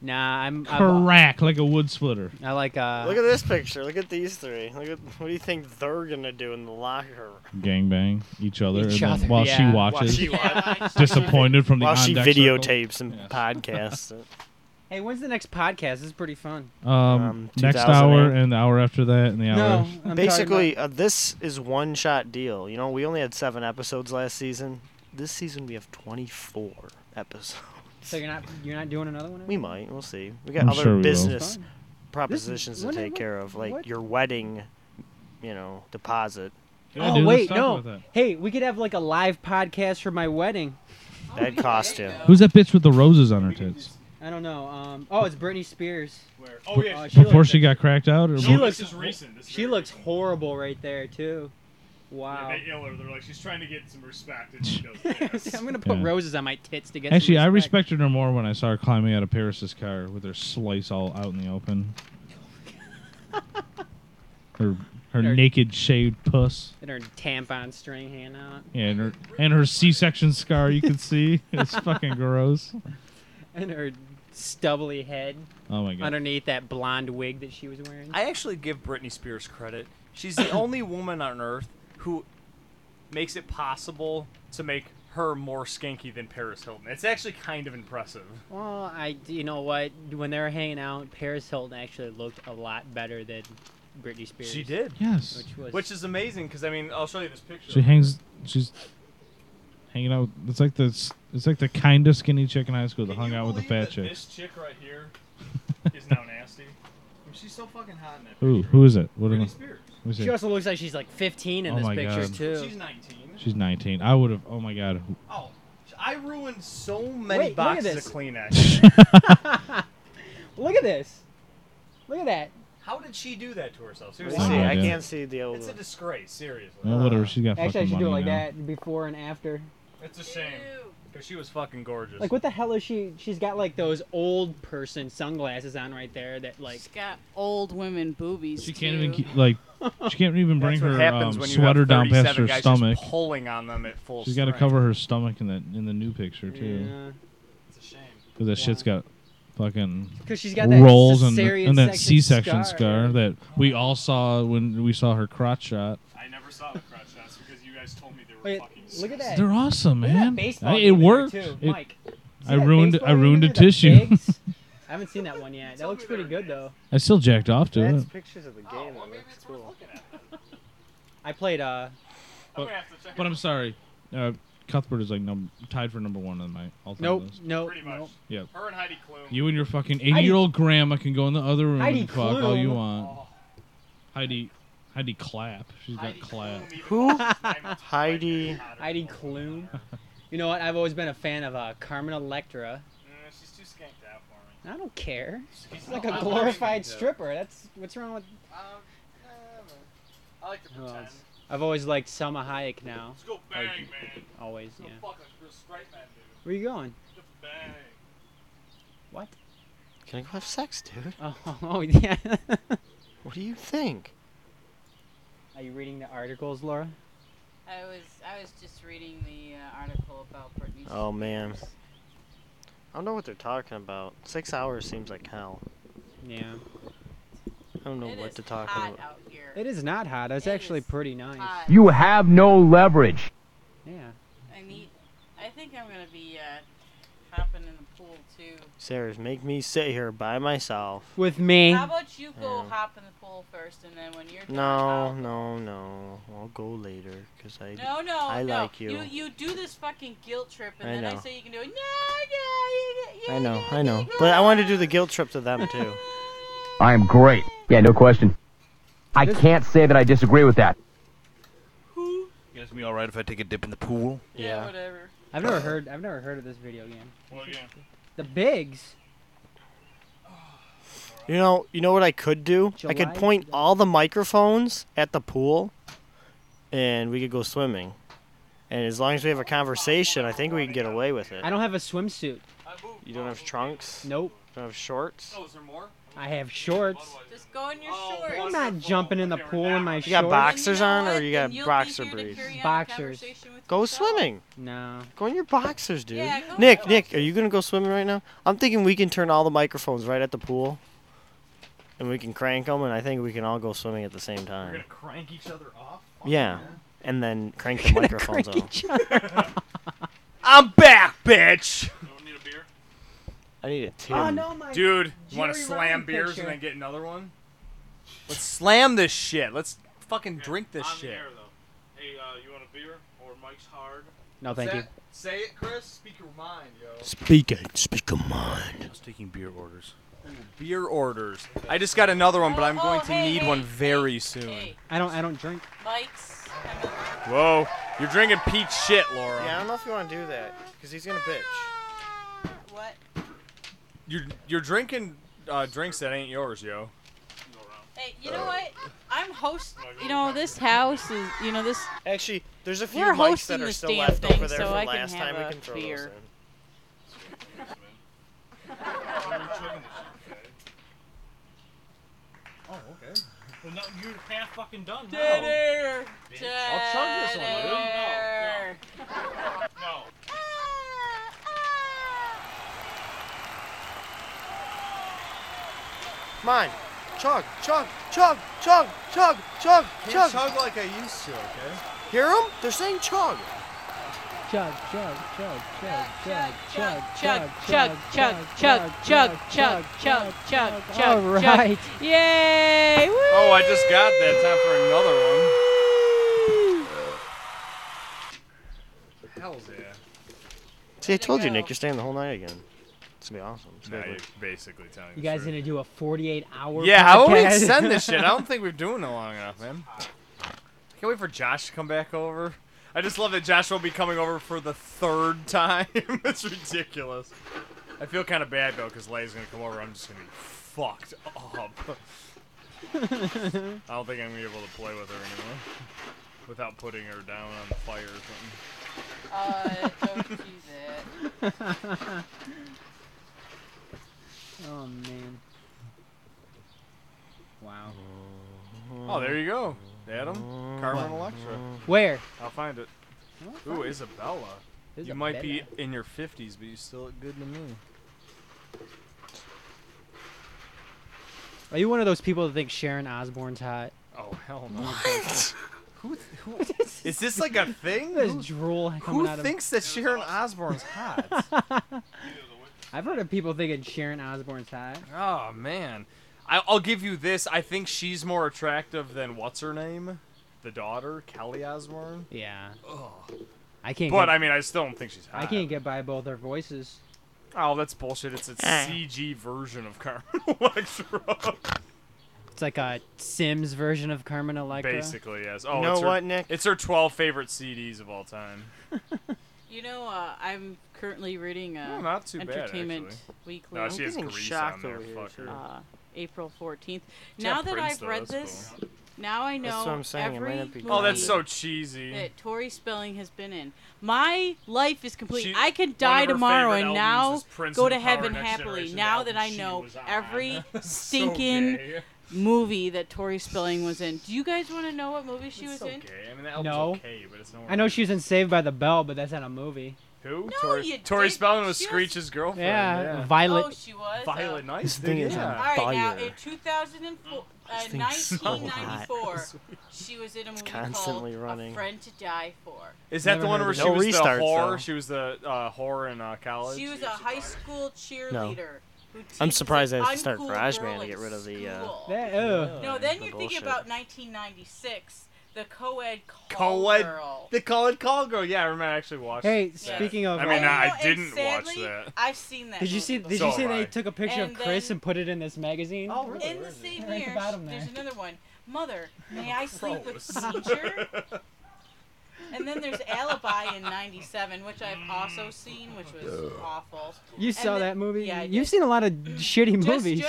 Nah, I'm I'm- Crack like a wood splitter. I like uh Look at this picture. Look at these three. Look at what do you think they're gonna do in the locker? Gangbang each other, Each and then other, while yeah. she watches, While she watches. disappointed from the While on she deck videotapes and podcasts. it. Hey, when's the next podcast? This is pretty fun. circle. Um, Um, next 2008. hour and the hour after that and the hour. I'm talking Basically, uh, this is one shot deal. You know, we only had seven episodes last season. This season we have twenty four episodes. So you're not you're not doing another one? We might. We'll see. We got I'm other sure we will. business Fine. propositions to when- take what- care of, like what- your wedding, you know, deposit. Yeah, oh dude, let's wait, talk about no. that. Hey, we could have like a live podcast for my wedding. That cost you. Who's that bitch with the roses on her tits? I don't know. Um, oh, it's Britney Spears. Where? Oh yeah. Uh, she Before looks- she got cracked out, or She be- looks This is recent. This is She very looks horrible right there too. Wow. They ill her. They're like, she's trying to get some respect, and she goes. "Yes." I'm gonna put Yeah. roses on my tits to get. some actually, I respect. respected her more when I saw her climbing out of Paris's car with her slice all out in the open. her her Her- naked shaved puss. And her tampon string hanging out. And her and her C-section scar you can see. It's fucking gross. And her stubbly head Oh my god. underneath that blonde wig that she was wearing. I actually give Britney Spears credit. She's the only woman on earth who makes it possible to make her more skanky than Paris Hilton. It's actually kind of impressive. Well, I you know what? When they were hanging out, Paris Hilton actually looked a lot better than Britney Spears. She did. Yes. Which was Which is amazing because I mean, I'll show you this picture. She hangs. She's hanging out. with- It's like the s- it's like the kind of skinny chick in high school that hung out with the fat This chicks. chick right here is now nasty. I mean, she's so fucking hot in that Who picture. who is it? What am I- Britney Spears. let me see. She also looks like she's like 15 in Oh this my picture God. too. She's 19. She's 19. I would have. Oh my god. Oh, I ruined so Wait, many look at boxes this. of Kleenex. Look at this. Look at that. How did she do that to herself? Let me Seriously, Wow. see. I Yeah. can't see the old. it's a disgrace. Seriously, Well, whatever. She's got Actually, I fucking should money do it like now. that before and after. it's a shame because she was fucking gorgeous. Like, what the hell is she? She's got like those old person sunglasses on right there. That like, She's got old women boobies. She can't too. even keep, like. She can't even bring That's what her happens um, when you sweater have down past 37 her guys just stomach. Pulling on them at full. She's got to strength. cover her stomach in that in the new picture too. yeah, It's a shame. Because that shit's got fucking because she's got that rolls and, the- cesarean and that C-section scar. scar that we all saw when we saw her crotch shot. I never saw the crotch shots because you guys told me they were Wait, fucking. look at that. They're awesome, Look at that man. baseball I- game it in there, worked. too, It- Mike. See I that ruined. baseball I game ruined a with the tissue. bigs? I haven't seen that one yet. That looks pretty good though. I still jacked off to That's it. pictures of the game. that looks cool. I played uh I'm gonna have to check But it I'm sorry. Uh, Cuthbert is like num- tied for number one on my all-time nope list. nope pretty much. nope. Yeah. Her and Heidi Klum. You and your fucking 80-year-old grandma can go in the other room Heidi and fuck all you Klum. want. Oh, Heidi, Heidi clap. She's got clap. Who? Heidi. Heidi Klum. You know what? I've always been a fan of uh, Carmen Electra. Mm, she's too skanked out for me. I don't care. She's It's like a glorified stripper. That's what's wrong with. Um, I like to Who pretend. else? I've always liked Selma Hayek now. Let's go bang, man. Always, Let's go yeah. fuck like real straight man, dude. Where you going? Just bang. What? Can I go have sex, dude? Oh, oh yeah. What do you think? Are you reading the articles, Laura? I was I was just reading the uh, article about Britney. Oh, man. I don't know what they're talking about. Six hours seems like hell. Yeah. I don't know what to talk about. It is not hot. It's actually pretty nice. You have no leverage. Yeah. I need. I think I'm gonna be uh, hopping in the pool too. Sarah's make me sit here by myself. With me. How about you go hop in the pool first, and then when you're done, No, no, no. I'll go later because I No, no, I no. like you. you. do this fucking guilt trip, and I then know. I say you can do it. No, no, you, I know, I know. But I wanted to do the guilt trip to them too. I am great. Yeah, no question. I can't say that I disagree with that. You guys be all right if I take a dip in the pool? Yeah. Whatever. I've never heard. I've never heard of this video game. What game? The Bigs. You know, you know what I could do? I could July? point all the microphones at the pool, and we could go swimming. And as long as we have a conversation, I think we can get away with it. I don't have a swimsuit. You don't have trunks. Nope. Don't have shorts. Oh, is there more? I have shorts. Just go in your shorts. I'm not jumping in the pool in my shorts. You got boxers on, or you got boxer briefs? Boxers. Go swimming. No. Go in your boxers, dude. Yeah, go in Nick, Nick, are you gonna go swimming right now? I'm thinking we can turn all the microphones right at the pool, and we can crank them, and I think we can all go swimming at the same We're time. gonna crank each other off. Yeah, and then crank the microphones crank off. each other I'm back, bitch. I need a tin. Dude, Jerry want to Ryan slam beers picture. and then get another one? Let's slam this shit. Let's fucking drink this On the shit. air, though. Hey, uh, you want a beer or Mike's hard? No, thank you. Say it, Chris. Speak your mind, yo. Speak it. Speak your mind. I was taking beer orders. Beer orders. I just got another one, but I'm going to need one very soon. I don't. I don't drink. Mike's. Whoa, you're drinking peach shit, Laura. Yeah, I don't know if you want to do that because he's gonna bitch. What? You're you're drinking uh, drinks that ain't yours, yo. Hey, you know what? I'm host. You know this house is. You know this. Actually, there's a few We're mics hosting that are this still damn left thing, over there so from I last can have time, we a can throw those beer. Oh, okay. Well, no, you're half fucking done now. Dead air. Bitch. Dead I'll Oh, chug this one, dude. air. No. Mine. Chug, chug, chug, chug, chug, chug, chug. chug like I used to, okay? Hear them? They're saying chug. Chug, chug, chug, chug, chug, chug, Chug, chug, chug, chug, chug, chug, chug, chug, chug. All right. Yay! Woo! Oh, I just got that. Time for another one. Hell's yeah. See, I told you, Nick, you're staying the whole night again. It's gonna be awesome. It's Now gonna be- you're basically telling You the guys truth. gonna do a 48 hour? Yeah, how about we podcast? extend this shit? I don't think we're doing it long enough, man. Can't wait for Josh to come back over. I just love that Josh will be coming over for the third time. it's ridiculous. I feel kind of bad though, because Lay's gonna come over. I'm just gonna be fucked up. I don't think I'm gonna be able to play with her anymore without putting her down on the fire Uh, or don't something. do that. oh man. Wow. Oh, there you go, Adam, Carmen, Electra. Where? I'll find it. I'll Ooh, find it. Isabella. You might be Isabella. in your 50s, but you still look good to me. Are you one of those people that think Sharon Osbourne's hot? Oh hell no. What? who, th- who is this like a thing? There's Who- drool coming Who out of- thinks that Sharon Osbourne's hot? I've heard of people thinking Sharon Osbourne's hot. oh man, I, I'll give you this. I think she's more attractive than what's her name, the daughter, Kelly Osbourne. Yeah. Ugh. I can't. But get, I mean, I still don't think she's hot. I can't get by both their voices. Oh, that's bullshit. It's a Ah. CG version of Carmen Electra. It's like a Sims version of Carmen Electra. Basically, yes. Oh, You know it's her, what, Nick? It's her 12 favorite CDs of all time. You know, uh, I'm currently reading uh, No, not too bad, Entertainment actually. Weekly. No, she has Grease on there, fucker. Uh, April 14th. It's now got that Prince, I've though, read that's this, now I know That's what I'm saying, it might every not be movie Oh, that's so cheesy. that Tori Spelling has been in. My life is complete. She- I could one die of her tomorrow favorite and albums now is Prince go and to the Power heaven Next happily. Generation Now that I album she know was on. every So stinking gay. movie that Tori Spelling was in. Do you guys want to know what movie she was in? Okay, I mean, that album's No. okay, but it's nowhere I know near- she was in Saved by the Bell, but that's not a movie. Who? No, Tori, you Tori didn't. Spelling was She was- Screech's girlfriend. Yeah, Yeah, Violet- Oh, she was? Violet Oh. Knight. This thing dude, is yeah. on All right, now Fire. in 2004, uh, This thing's so hot. 1994, she was in a movie constantly called running. A Friend to Die For. Is that Never the one heard where of she it. No was restarts, the whore? though. She was the uh, whore in uh, college. She was a high school cheerleader. who I'm teaches surprised they had to uncool start GarageBand girl to in get rid of the. Uh, school. That- ugh. no, then the you're thinking bullshit. about 1996, the co-ed call co-ed, girl. the co-ed call girl. Yeah, I remember. I actually watched. Hey, that. speaking of, I mean, uh, I And didn't watch sadly, that. I've seen that. Did you see? movie Did So you see have they I. took a picture And of Chris then- and put it in this magazine? Oh, In the Right same at the year, bottom sh- there. there's another one. Mother, may I sleep with Gross. teacher? And then there's Alibi in '97, which I've also seen, which was awful. You And saw then- that movie? Yeah, I You've seen a lot of shitty movies.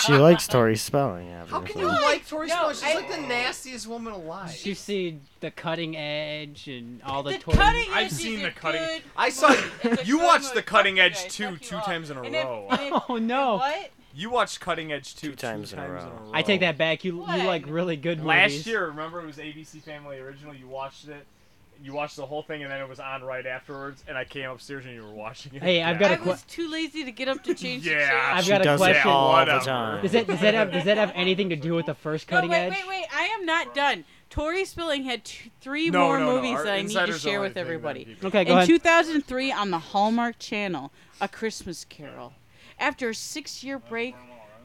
she likes Tori Spelling. you Obviously. like- Tori No, Spelling? I- nastiest woman alive. You've seen the cutting edge and all the, The toys. Cutting I've Edge is seen a the cutting. good I saw. movie. It's a You good watched movie. the Cutting Fuck you Edge guys, two fuck you two all. times in a And if- row. and if- Oh no! What? you watched Cutting Edge two, two times in a row. I take that back. You you like really good movies. Last year, remember it was ABC Family Original. You watched it. You watched the whole thing, and then it was on right afterwards. And I came upstairs, and you were watching it. Hey, I've got a I que- was too lazy to get up to change the channel. yeah. I've got a does it question. all the Whatever. time. Does that does that have does that have anything to do with the first No, cutting wait, edge? wait, wait! I am not done. Tori Spilling had t- three No, more no, no, movies our that I need to insiders are share only with thing that everybody. people- Okay, go In ahead. 2003, on the Hallmark Channel, A Christmas Carol. After a six-year break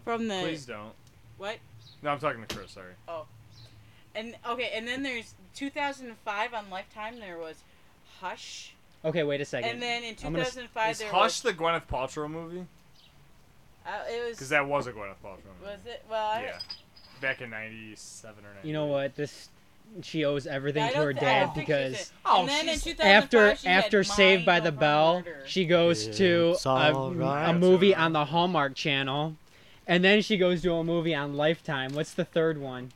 from the Please don't. what? No, I'm talking to Chris. Sorry. Oh, and okay, and then there's 2005 on Lifetime. There was Hush, Okay, wait a second. and then in I'm gonna s- 2005 Is there Hush was the Gwyneth Paltrow movie? uh, it Because was that was a Gwyneth Paltrow movie. was it well I, Yeah. Back in '97 or '90. You know what? This she owes everything I to don't her thi- I dad don't think she did. because Oh, and then in 2005 after she had after Saved by Mind the Over Bell, Murder. she goes to It's a, all right. a movie on the Hallmark Channel, and then she goes to a movie on Lifetime. What's the third one?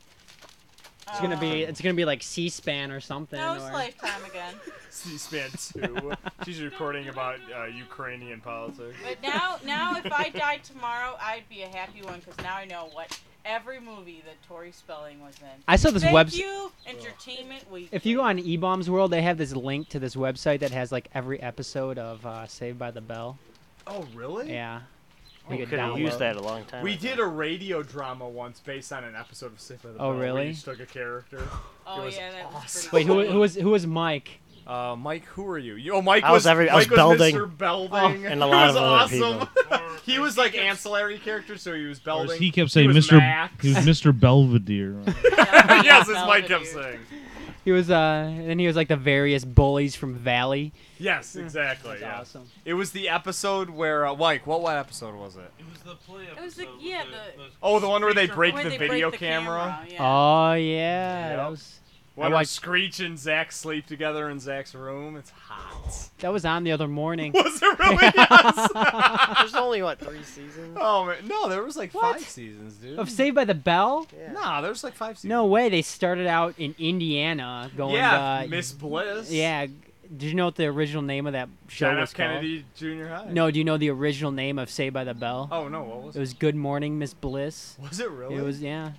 It's gonna Oh. be it's gonna be like C-SPAN or something. No, it's or- Lifetime again. C-SPAN 2. She's recording about uh, Ukrainian politics. But now, now if I died tomorrow, I'd be a happy one because now I know what every movie that Tori Spelling was in. I saw this Thank webs- you, Entertainment Week. If you go on E-Bombs World, they have this link to this website that has like every episode of uh, Saved by the Bell. Oh, really? Yeah. We We could have used download. that a long time We ago. did a radio drama once based on an episode of Saved by the Oh, Bell. really? We each took a character. Oh it was yeah, that was awesome. pretty Wait, who, cool. who was who was Mike? Uh, Mike, who are you? You- Oh, Mike I was was, every- I Mike was Belding. Mr. Belding. Oh, and a He lot was of other awesome. he was like ancillary character, so he was Or as Belding. he kept saying was Mr. Max. He was Mr. Belvedere. yes, as Mike kept saying. He was uh, and then he was like the various bullies from Valley. Yes, exactly. yeah. awesome. It was the episode where uh, Mike. What what episode was it? It was the play It was like yeah, the Oh, the one where they Screecher break when the they video break the camera. yeah. Oh yeah, Yep. that was I When watched- Screech and Zach sleep together in Zach's room, it's hot. that was on the other morning. Was it really? Yes. There's only what three seasons. oh man, no, there was like What? five seasons, dude. of Saved by the Bell? Yeah. Nah, there was like five seasons. No way. They started out in Indiana, going yeah, to Miss Bliss. uh, yeah. Did you know what the original name of that show John was F. Kennedy Junior High. called? No, do you know the original name of Saved by the Bell? Oh no, what was It it? was Good Morning, Miss Bliss. Was it really? It was yeah.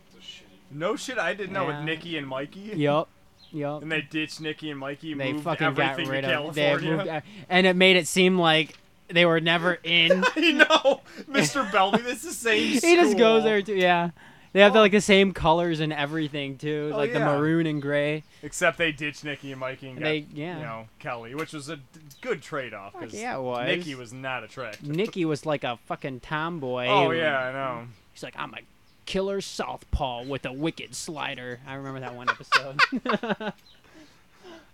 no shit. I didn't know Yeah. with Nikki and Mikey. Yup. Yup. And they ditched Nikki and Mikey. they moved fucking got everything rid to of they California. moved, uh, and it made it seem like they were never in I know, Mr. Belby. This is the same. he just goes school. there too yeah they have the, like the same colors and everything too Oh, like the yeah. maroon and gray Except they ditched Nikki and Mikey and got, They- yeah. you know, Kelly, which was a d- good trade-off. Fuck 'cause yeah, it was. Nikki was not attractive. nikki was like a fucking tomboy Oh, yeah, I know. he's like i'm a killer southpaw with a wicked slider i remember that one episode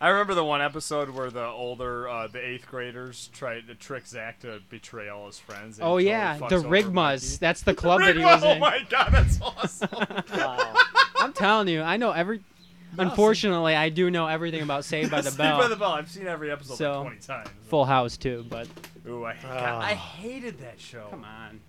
I remember the one episode where the older, uh, the eighth graders tried to trick Zach to betray all his friends. and oh he yeah totally the fucks over rigmas Mikey. that's the club that he Rigma, was Oh in my god, that's awesome. i'm telling you i know every unfortunately i do know everything about saved by the Saved bell by the Bell. I've seen every episode So- like 20 times. full house too but Ooh, I, Ah. I hated that show. come on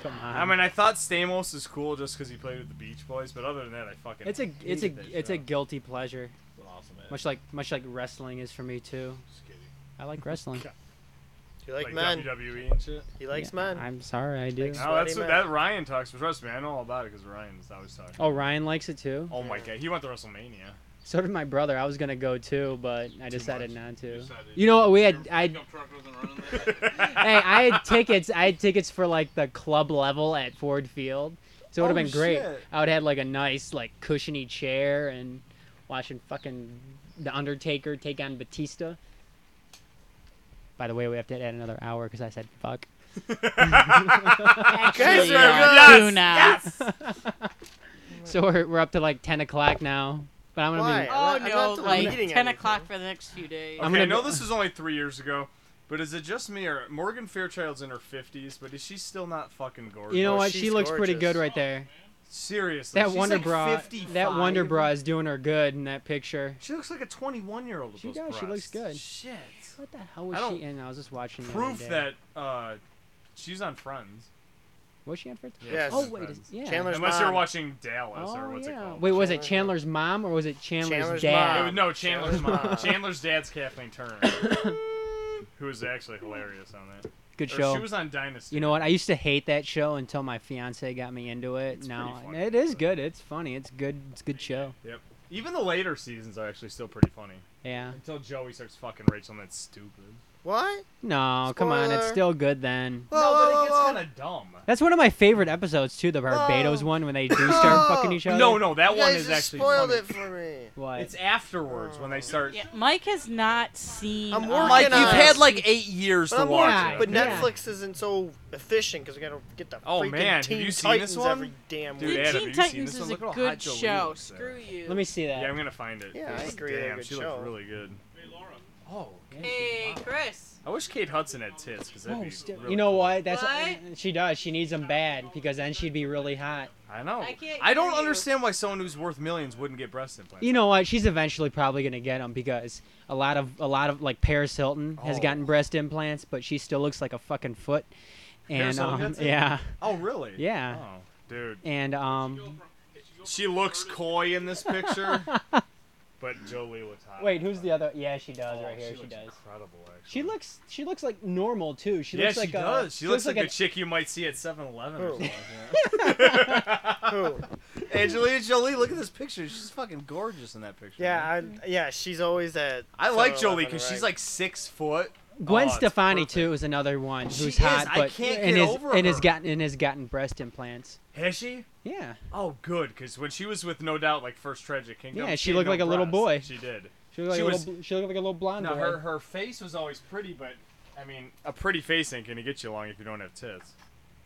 come on I mean, I thought Stamos is cool just because he played with the Beach Boys, but other than that, I fucking It's a it's a hated that it's show. a guilty pleasure. awesome Much like much like wrestling is for me too. I like wrestling. You like, like men. E WWE and shit. He likes Yeah, men. I'm sorry, I do. No, that's Sweaty what man. that Ryan talks. Trust me, I know all about it because Ryan's always talking. Oh, Ryan likes it too. Oh my god, he went to WrestleMania. So did my brother. I was gonna go too, but I decided not to. You know what? We had I. hey, I had tickets. I had tickets for like the club level at Ford Field, so it would have Oh, been great. shit. I would have had like a nice like cushiony chair and watching fucking the Undertaker take on Batista. By the way, we have to add another hour because I said fuck. Actually, you are Yes, two now. Oh, uh, yes. so we're, we're up to like ten o'clock now, but I'm gonna be. Oh I'm no, not like eating 10 o'clock for the next few days. Okay, I know this is only three years ago, but is it just me or Morgan Fairchild's in her fifties? But is she still not fucking gorgeous? You know what? She looks pretty good right there. Seriously, That she's wonder like bra, 55. that wonder bra is doing her good in that picture. She looks like a twenty-one-year-old. with She those does. She looks breasts. good. Shit. What the hell was I don't she in? I was just watching. the other Proof day. that uh, she's on Friends. Was she on Friends? Yeah, Oh she's on wait, is, Friends. yeah. Unless you're watching Dallas Oh, or what's it yeah. called? Wait, was it Chandler's mom or was it Chandler's, Chandler's dad? mom. No, Chandler's mom. Chandler's dad's Kathleen Turner, who is actually hilarious on that. Good Or show. She was on Dynasty. You know what? I used to hate that show until my fiance got me into it. now it is good. It's funny. It's good. It's a good show. Yep. Even the later seasons are actually still pretty funny. Yeah. Until Joey starts fucking Rachel, and that's stupid. What? No, come on. It's Spoiler. still good then. no, but it gets kind of dumb. That's one of my favorite episodes too. The Barbados one when they do start fucking each other. No, no, that You one guys is just actually spoiled funny. it for me. What? It's afterwards when they start. Yeah, Mike has not seen. I'm uh, working Mike, on you've it. had, Oh. like, eight years But to I'm watch working- it. But Yeah. Netflix isn't so efficient because we gotta get the Oh, freaking man, have Teen you seen Titans this one? every damn Dude, week. Adam, have you seen this one? Look how hot Jolie looks there. you. Let me see that. Yeah, I'm gonna find it. Yeah, I It's- agree they're Damn, good she looks show. really good. Oh. Hey, Chris. I wish Kate Hudson had tits because that'd Oh, be still- really you know what? That's uh, What? she does. She needs them bad because then she'd be really hot. I know. I can't I don't hear you. understand why someone who's worth millions wouldn't get breast implants. You know what? She's eventually probably gonna get them because a lot of a lot of like Paris Hilton has Oh. gotten breast implants, but she still looks like a fucking foot. And Paris Hilton um, gets it? yeah. Oh, really? Yeah. Oh, dude. And um, She looks coy in this picture, but Jolie looks hot. wait, who's the other? Yeah, she does Oh, right here. She, She, looks does. incredible. Actually. She looks she looks like normal too. She yeah, looks she like does. A, she looks like, an a chick you might see at 7-Eleven or Who? something. Like that. Angelina Jolie, look at this picture. She's fucking gorgeous in that picture. Yeah, I, yeah, she's always at. I like 7-Eleven, Jolie because she's right? like six foot. Gwen Oh, it's Stefani too is another one She who's is. hot, I but can't and get is over and has her. gotten and has gotten breast implants. Has she? Yeah. Oh, good, because when she was with No Doubt, like first Tragic Kingdom, Yeah, she had looked no like a little boy. breasts. She did. She looked like a was- little, bl- she looked like a little blonde now boy. her her face was always pretty, but I mean, a pretty face ain't gonna get you long if you don't have tits.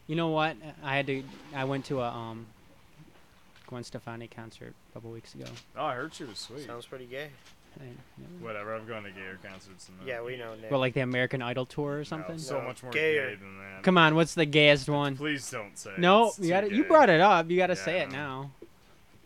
You know what? I had to. I went to a um, Gwen Stefani concert a couple weeks ago. Oh, I heard she was sweet. Sounds pretty gay. I- Whatever, I'm going to gayer concerts. And Yeah, we know, Nick. Well, like the American Idol Oh, tour or something. so much more Gayer. gay than that. Come on, what's the gayest one? Please don't say. No, it's you too got You gay. brought it up. You got to Yeah, say I it know. now.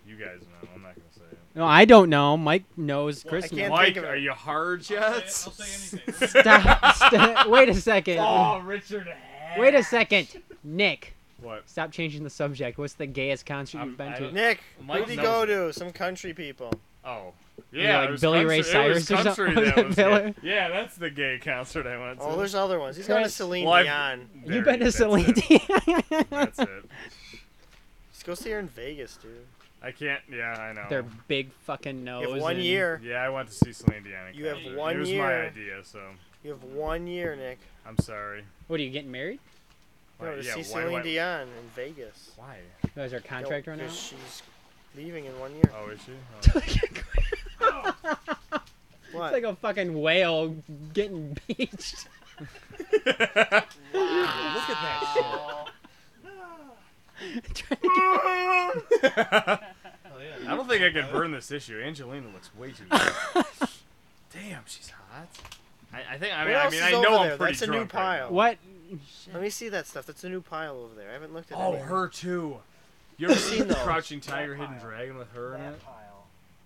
You guys know. I'm not gonna say it. No, I don't know. Mike knows. Chris knows. Mike, are you hard yet? I'll say, anything. Stop. st- wait a second. Oh, Richard. Wait a second, Nick. What? Stop changing the subject. What's the gayest concert you've been to? Nick, Mike who'd he knows go to? Some country people. Oh. You Yeah, like it was Billy Ray country- it was Cyrus or something? country Was that it was Billy- gay. Yeah, that's the gay concert I went to. Oh, there's other ones. He's going to Chris. Celine Well, I've- Dion. There You've been you- to that's Celine it. Dion. That's it. Let's go see her in Vegas, dude. I can't. Yeah, I know. Their big fucking nose. one and- year. Yeah, I went to see Celine Dion. in You have concert. one It was year. my idea, so You have one year, Nick. I'm sorry. What are you getting married? No, Why- to yeah, see why do Celine I- Dion in Vegas. Why? Oh, is her contract run Because out? she's leaving in one year. Oh, is she? Oh. What? It's like a fucking whale getting beached. Look at that shit. I don't think I could burn this issue. Angelina looks way too. Good. Damn, she's hot. I, I think. I What mean, I else mean, is I over know I'm there? pretty That's a new drunk right pile. now. What? Let me see that stuff. That's a new pile over there. I haven't looked at Oh, it. her too. You ever seen those? Crouching Tiger, Hidden Dragon with her in it?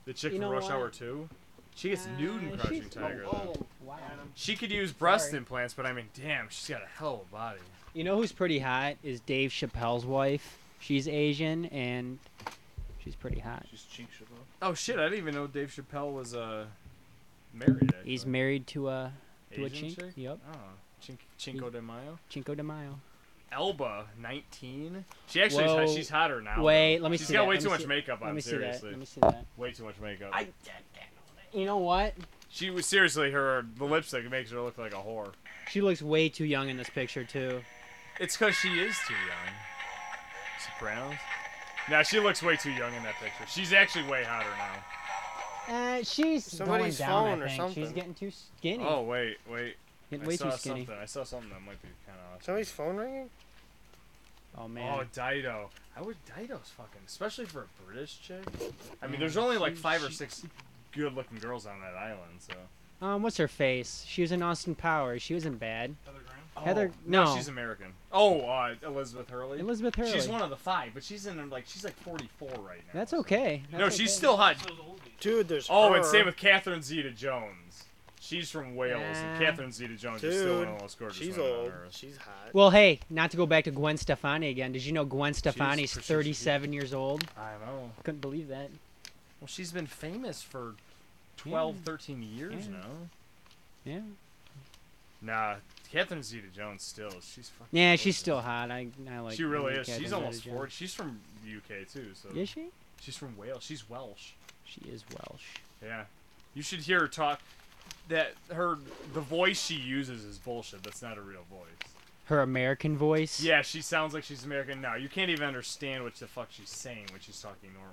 The chick You from know Rush what? Uh, Hour 2? She gets nude in Crouching she's- Tiger. oh, though. wow. She could use breast implants, but I mean, damn, she's got a hell of a body. You know who's pretty hot is Dave Chappelle's wife. She's Asian and she's pretty hot. She's Chink Chappelle. Oh shit, I didn't even know Dave Chappelle was uh married. Actually. He's married to a to Asian a chink. chick? Yep. Oh, Chink- Chinko de Mayo. Chinko de Mayo. Elba, 19. She actually is hot. Whoa. she's hotter now. Wait, though. let me She's see got that. way Let too me much see- makeup let on, me see that. seriously. Let me see that. Way too much makeup. You know what? She was seriously her the lipstick makes her look like a whore. She looks way too young in this picture too. It's because she is too young. Sopranos? Nah, she looks way too young in that picture. She's actually way hotter now. Uh, she's Somebody's going down, I falling or think. She's something. getting too skinny. Oh wait, wait. Getting I way too saw skinny. something. I saw something that might be kind of. Somebody's phone ringing? Oh man. Oh Dido. I would Dido's fucking, especially for a British chick. I mean, there's only like five or six good-looking girls on that island, so. Um, what's her face? She was in Austin Powers. She wasn't bad. Heather Oh, Graham. Heather. no. no. she's American. Oh, uh, Elizabeth Hurley. Elizabeth She's Hurley. one of the five, but she's in like she's like 44 right now. That's okay. That's no, okay. she's still hot. Dude, there's. Oh, her. and same with Catherine Zeta-Jones. She's from Wales, and Nah. Catherine Zeta-Jones is still one of the most gorgeous she's women old. on earth. She's hot. Well, hey, not to go back to Gwen Stefani again. Did you know Gwen Stefani's she's- she's- 37 years old? I know. Couldn't believe that. Well, she's been famous for 12, 13 years Yeah. now. Yeah. Nah, Catherine Zeta-Jones still. She's fucking. Yeah, she's still hot. I, I like. she really I like is. She's Catherine almost Zeta-Jones. 40. She's from the UK too. So. Is she? She's from Wales. She's Welsh. She is Welsh. Yeah. You should hear her talk. That her the voice she uses is bullshit. That's not a real voice. Her American voice. Yeah, she sounds like she's American. No, you can't even understand what the fuck she's saying when she's talking normally.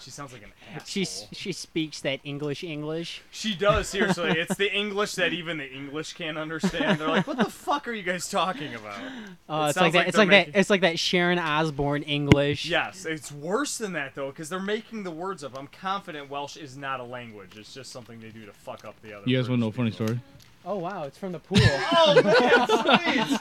She sounds like an asshole. She s- she speaks that English English. She does, seriously. it's the English that even the English can't understand. They're like, what the fuck are you guys talking about? Oh, It it's like sounds that. It's they're like making- that. It's like that Sharon Osbourne English. Yes, it's worse than that, though, because they're making the words up. I'm confident Welsh is not a language. It's just something they do to fuck up the other. You guys want to know a funny story? Oh wow, it's from the pool. man,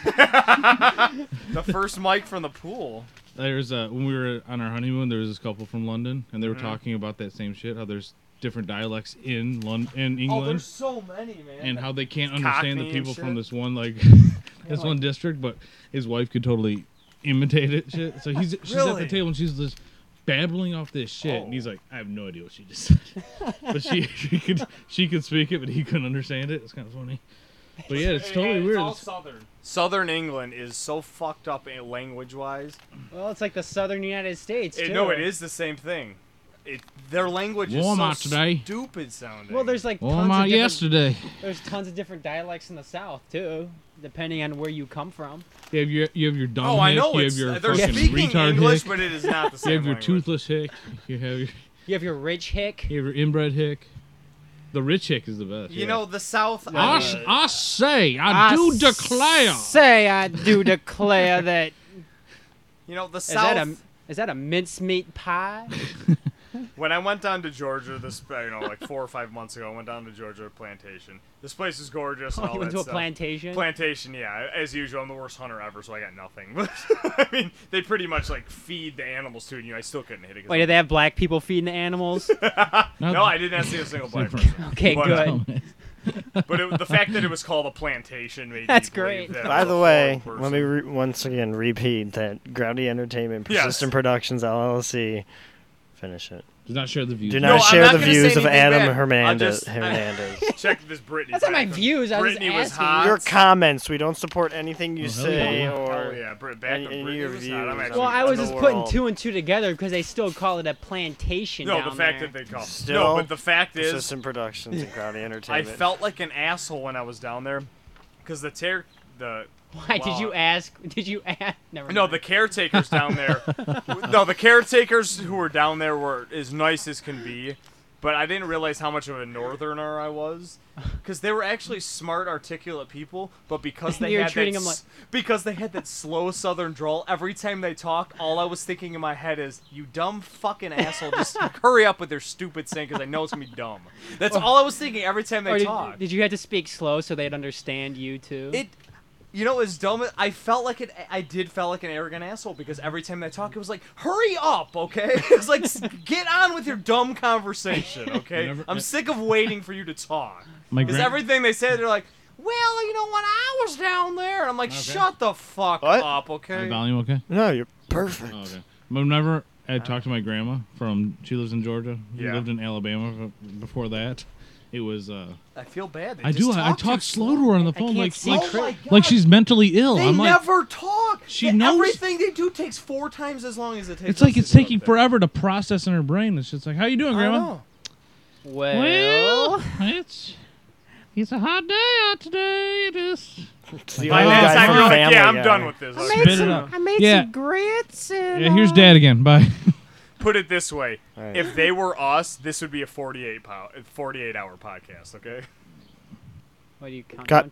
sweet. the first mic from the pool. There's uh, when we were on our honeymoon, there was this couple from London, and they were Mm-hmm. Mhm. talking about that same shit. How there's different dialects in Lon- in Oh, England, Oh, so many, man. and how they can't Cockney understand the and people shit. from this one like this one district. But his wife could totally imitate it. Shit. So he's she's at Really? the table and she's just babbling off this shit, and Oh. he's like, I have no idea what she just said, but she she could she could speak it, but he couldn't understand it. It's kind of funny. But yeah, it's totally weird. all It's- southern. Southern England is so fucked up language wise. Well, it's like the Southern United States. It, too. no, it is the same thing. It, their language is Warm so out today. stupid sounding. Well, there's like Well, tons I'm of out different- yesterday. There's tons of different dialects in the South too, depending on where you come from. You have your you have your dumb. Oh, I know, hick, You have it's- uh, your they're fucking speaking retard English, hick, but it is not the You same have your language. toothless hick. You have your You have your rich hick. you have your inbred hick. The rich hick is the best. You yeah. know, the South. uh, I, s- I say, I, I do declare. Say I do declare that. You know, the Is South. that a is that a mincemeat pie? when I went down to Georgia, this uh, you know, like four or five months ago, I went down to Georgia plantation. This place is gorgeous. and Oh, all you went that to a stuff. plantation? Plantation, yeah. As usual, I'm the worst hunter ever, so I got nothing. But I mean, they pretty much like feed the animals to you. I still couldn't hit it. 'cause Wait, I'm- did they have black people feeding the animals? No, I did not see a single black person. Okay, But, uh, good. But it, the fact that it was called a plantation made That's me believe great. that it By was the a way, foreign let me re- once again repeat that Groundy Entertainment Yes. Persistent Productions LLC. Finish it. Do not share the views. Do No, not I'm share not the gonna say views of anything Adam bad. Hernandez. I'll just- Hernandez. Check this Britney. That's not my back. views, I was Britney was asking. hot. Your comments. We don't support anything you Oh, hell say yeah. or Hell yeah, Brit- back any, when any Britney of your was views. hot, I'm actually- Well, I was the just putting world. two and two together because they still call it a plantation. No, the down fact there. that they call. Still, no, but the fact is, Persistent Productions and Groundy I Entertainment. felt like an asshole when I was down there, because the tear, the. Why well, did you ask? Did you ask? Never No, mind. the caretakers down there. no, the caretakers who were down there were as nice as can be, but I didn't realize how much of a northerner I was, because they were actually smart, articulate people, but because they You were had treating that 'em like- s- because they had that slow southern drawl. Every time they talked, all I was thinking in my head is, "You dumb fucking asshole, just hurry up with your stupid saying, because I know it's gonna be dumb." That's all I was thinking every time Or they did, talked. did you have to speak slow so they'd understand you too? It, you know, as dumb. as- I felt like an, I did felt like an arrogant asshole because every time they talk, it was like, "Hurry up, okay?" It was like, "S- "Get on with your dumb conversation, okay?" Never- eh. I'm sick of waiting for you to talk. My Because gran- everything they say, they're like, "Well, you know what? I was down there," and I'm like, "Shut the fuck up, My okay?" volume okay? Oh, No, you're perfect. Oh, okay. Whenever I talked to my grandma from, she lives in Georgia. She Yeah. lived in Alabama b- before that, It was. uh I feel bad. They I do. just I, I talk too talked slow to her on the I phone, can't like see like, Chris. like she's mentally ill. They I'm like, never talk. She They- knows- Everything they do takes four times as long as it takes. it's like us it's taking forever to process in her brain. It's just like, how you doing, I Grandma? know. Well, it's it's a hot day out today. It is. the only guy from the family guy. I Spit made it some- out. I made yeah. some grits and. Yeah, here's Dad again. Bye. Put it this way: Alright. if they were us, this would be a forty-eight pow- forty-eight hour podcast. Okay. What do you count? Cut.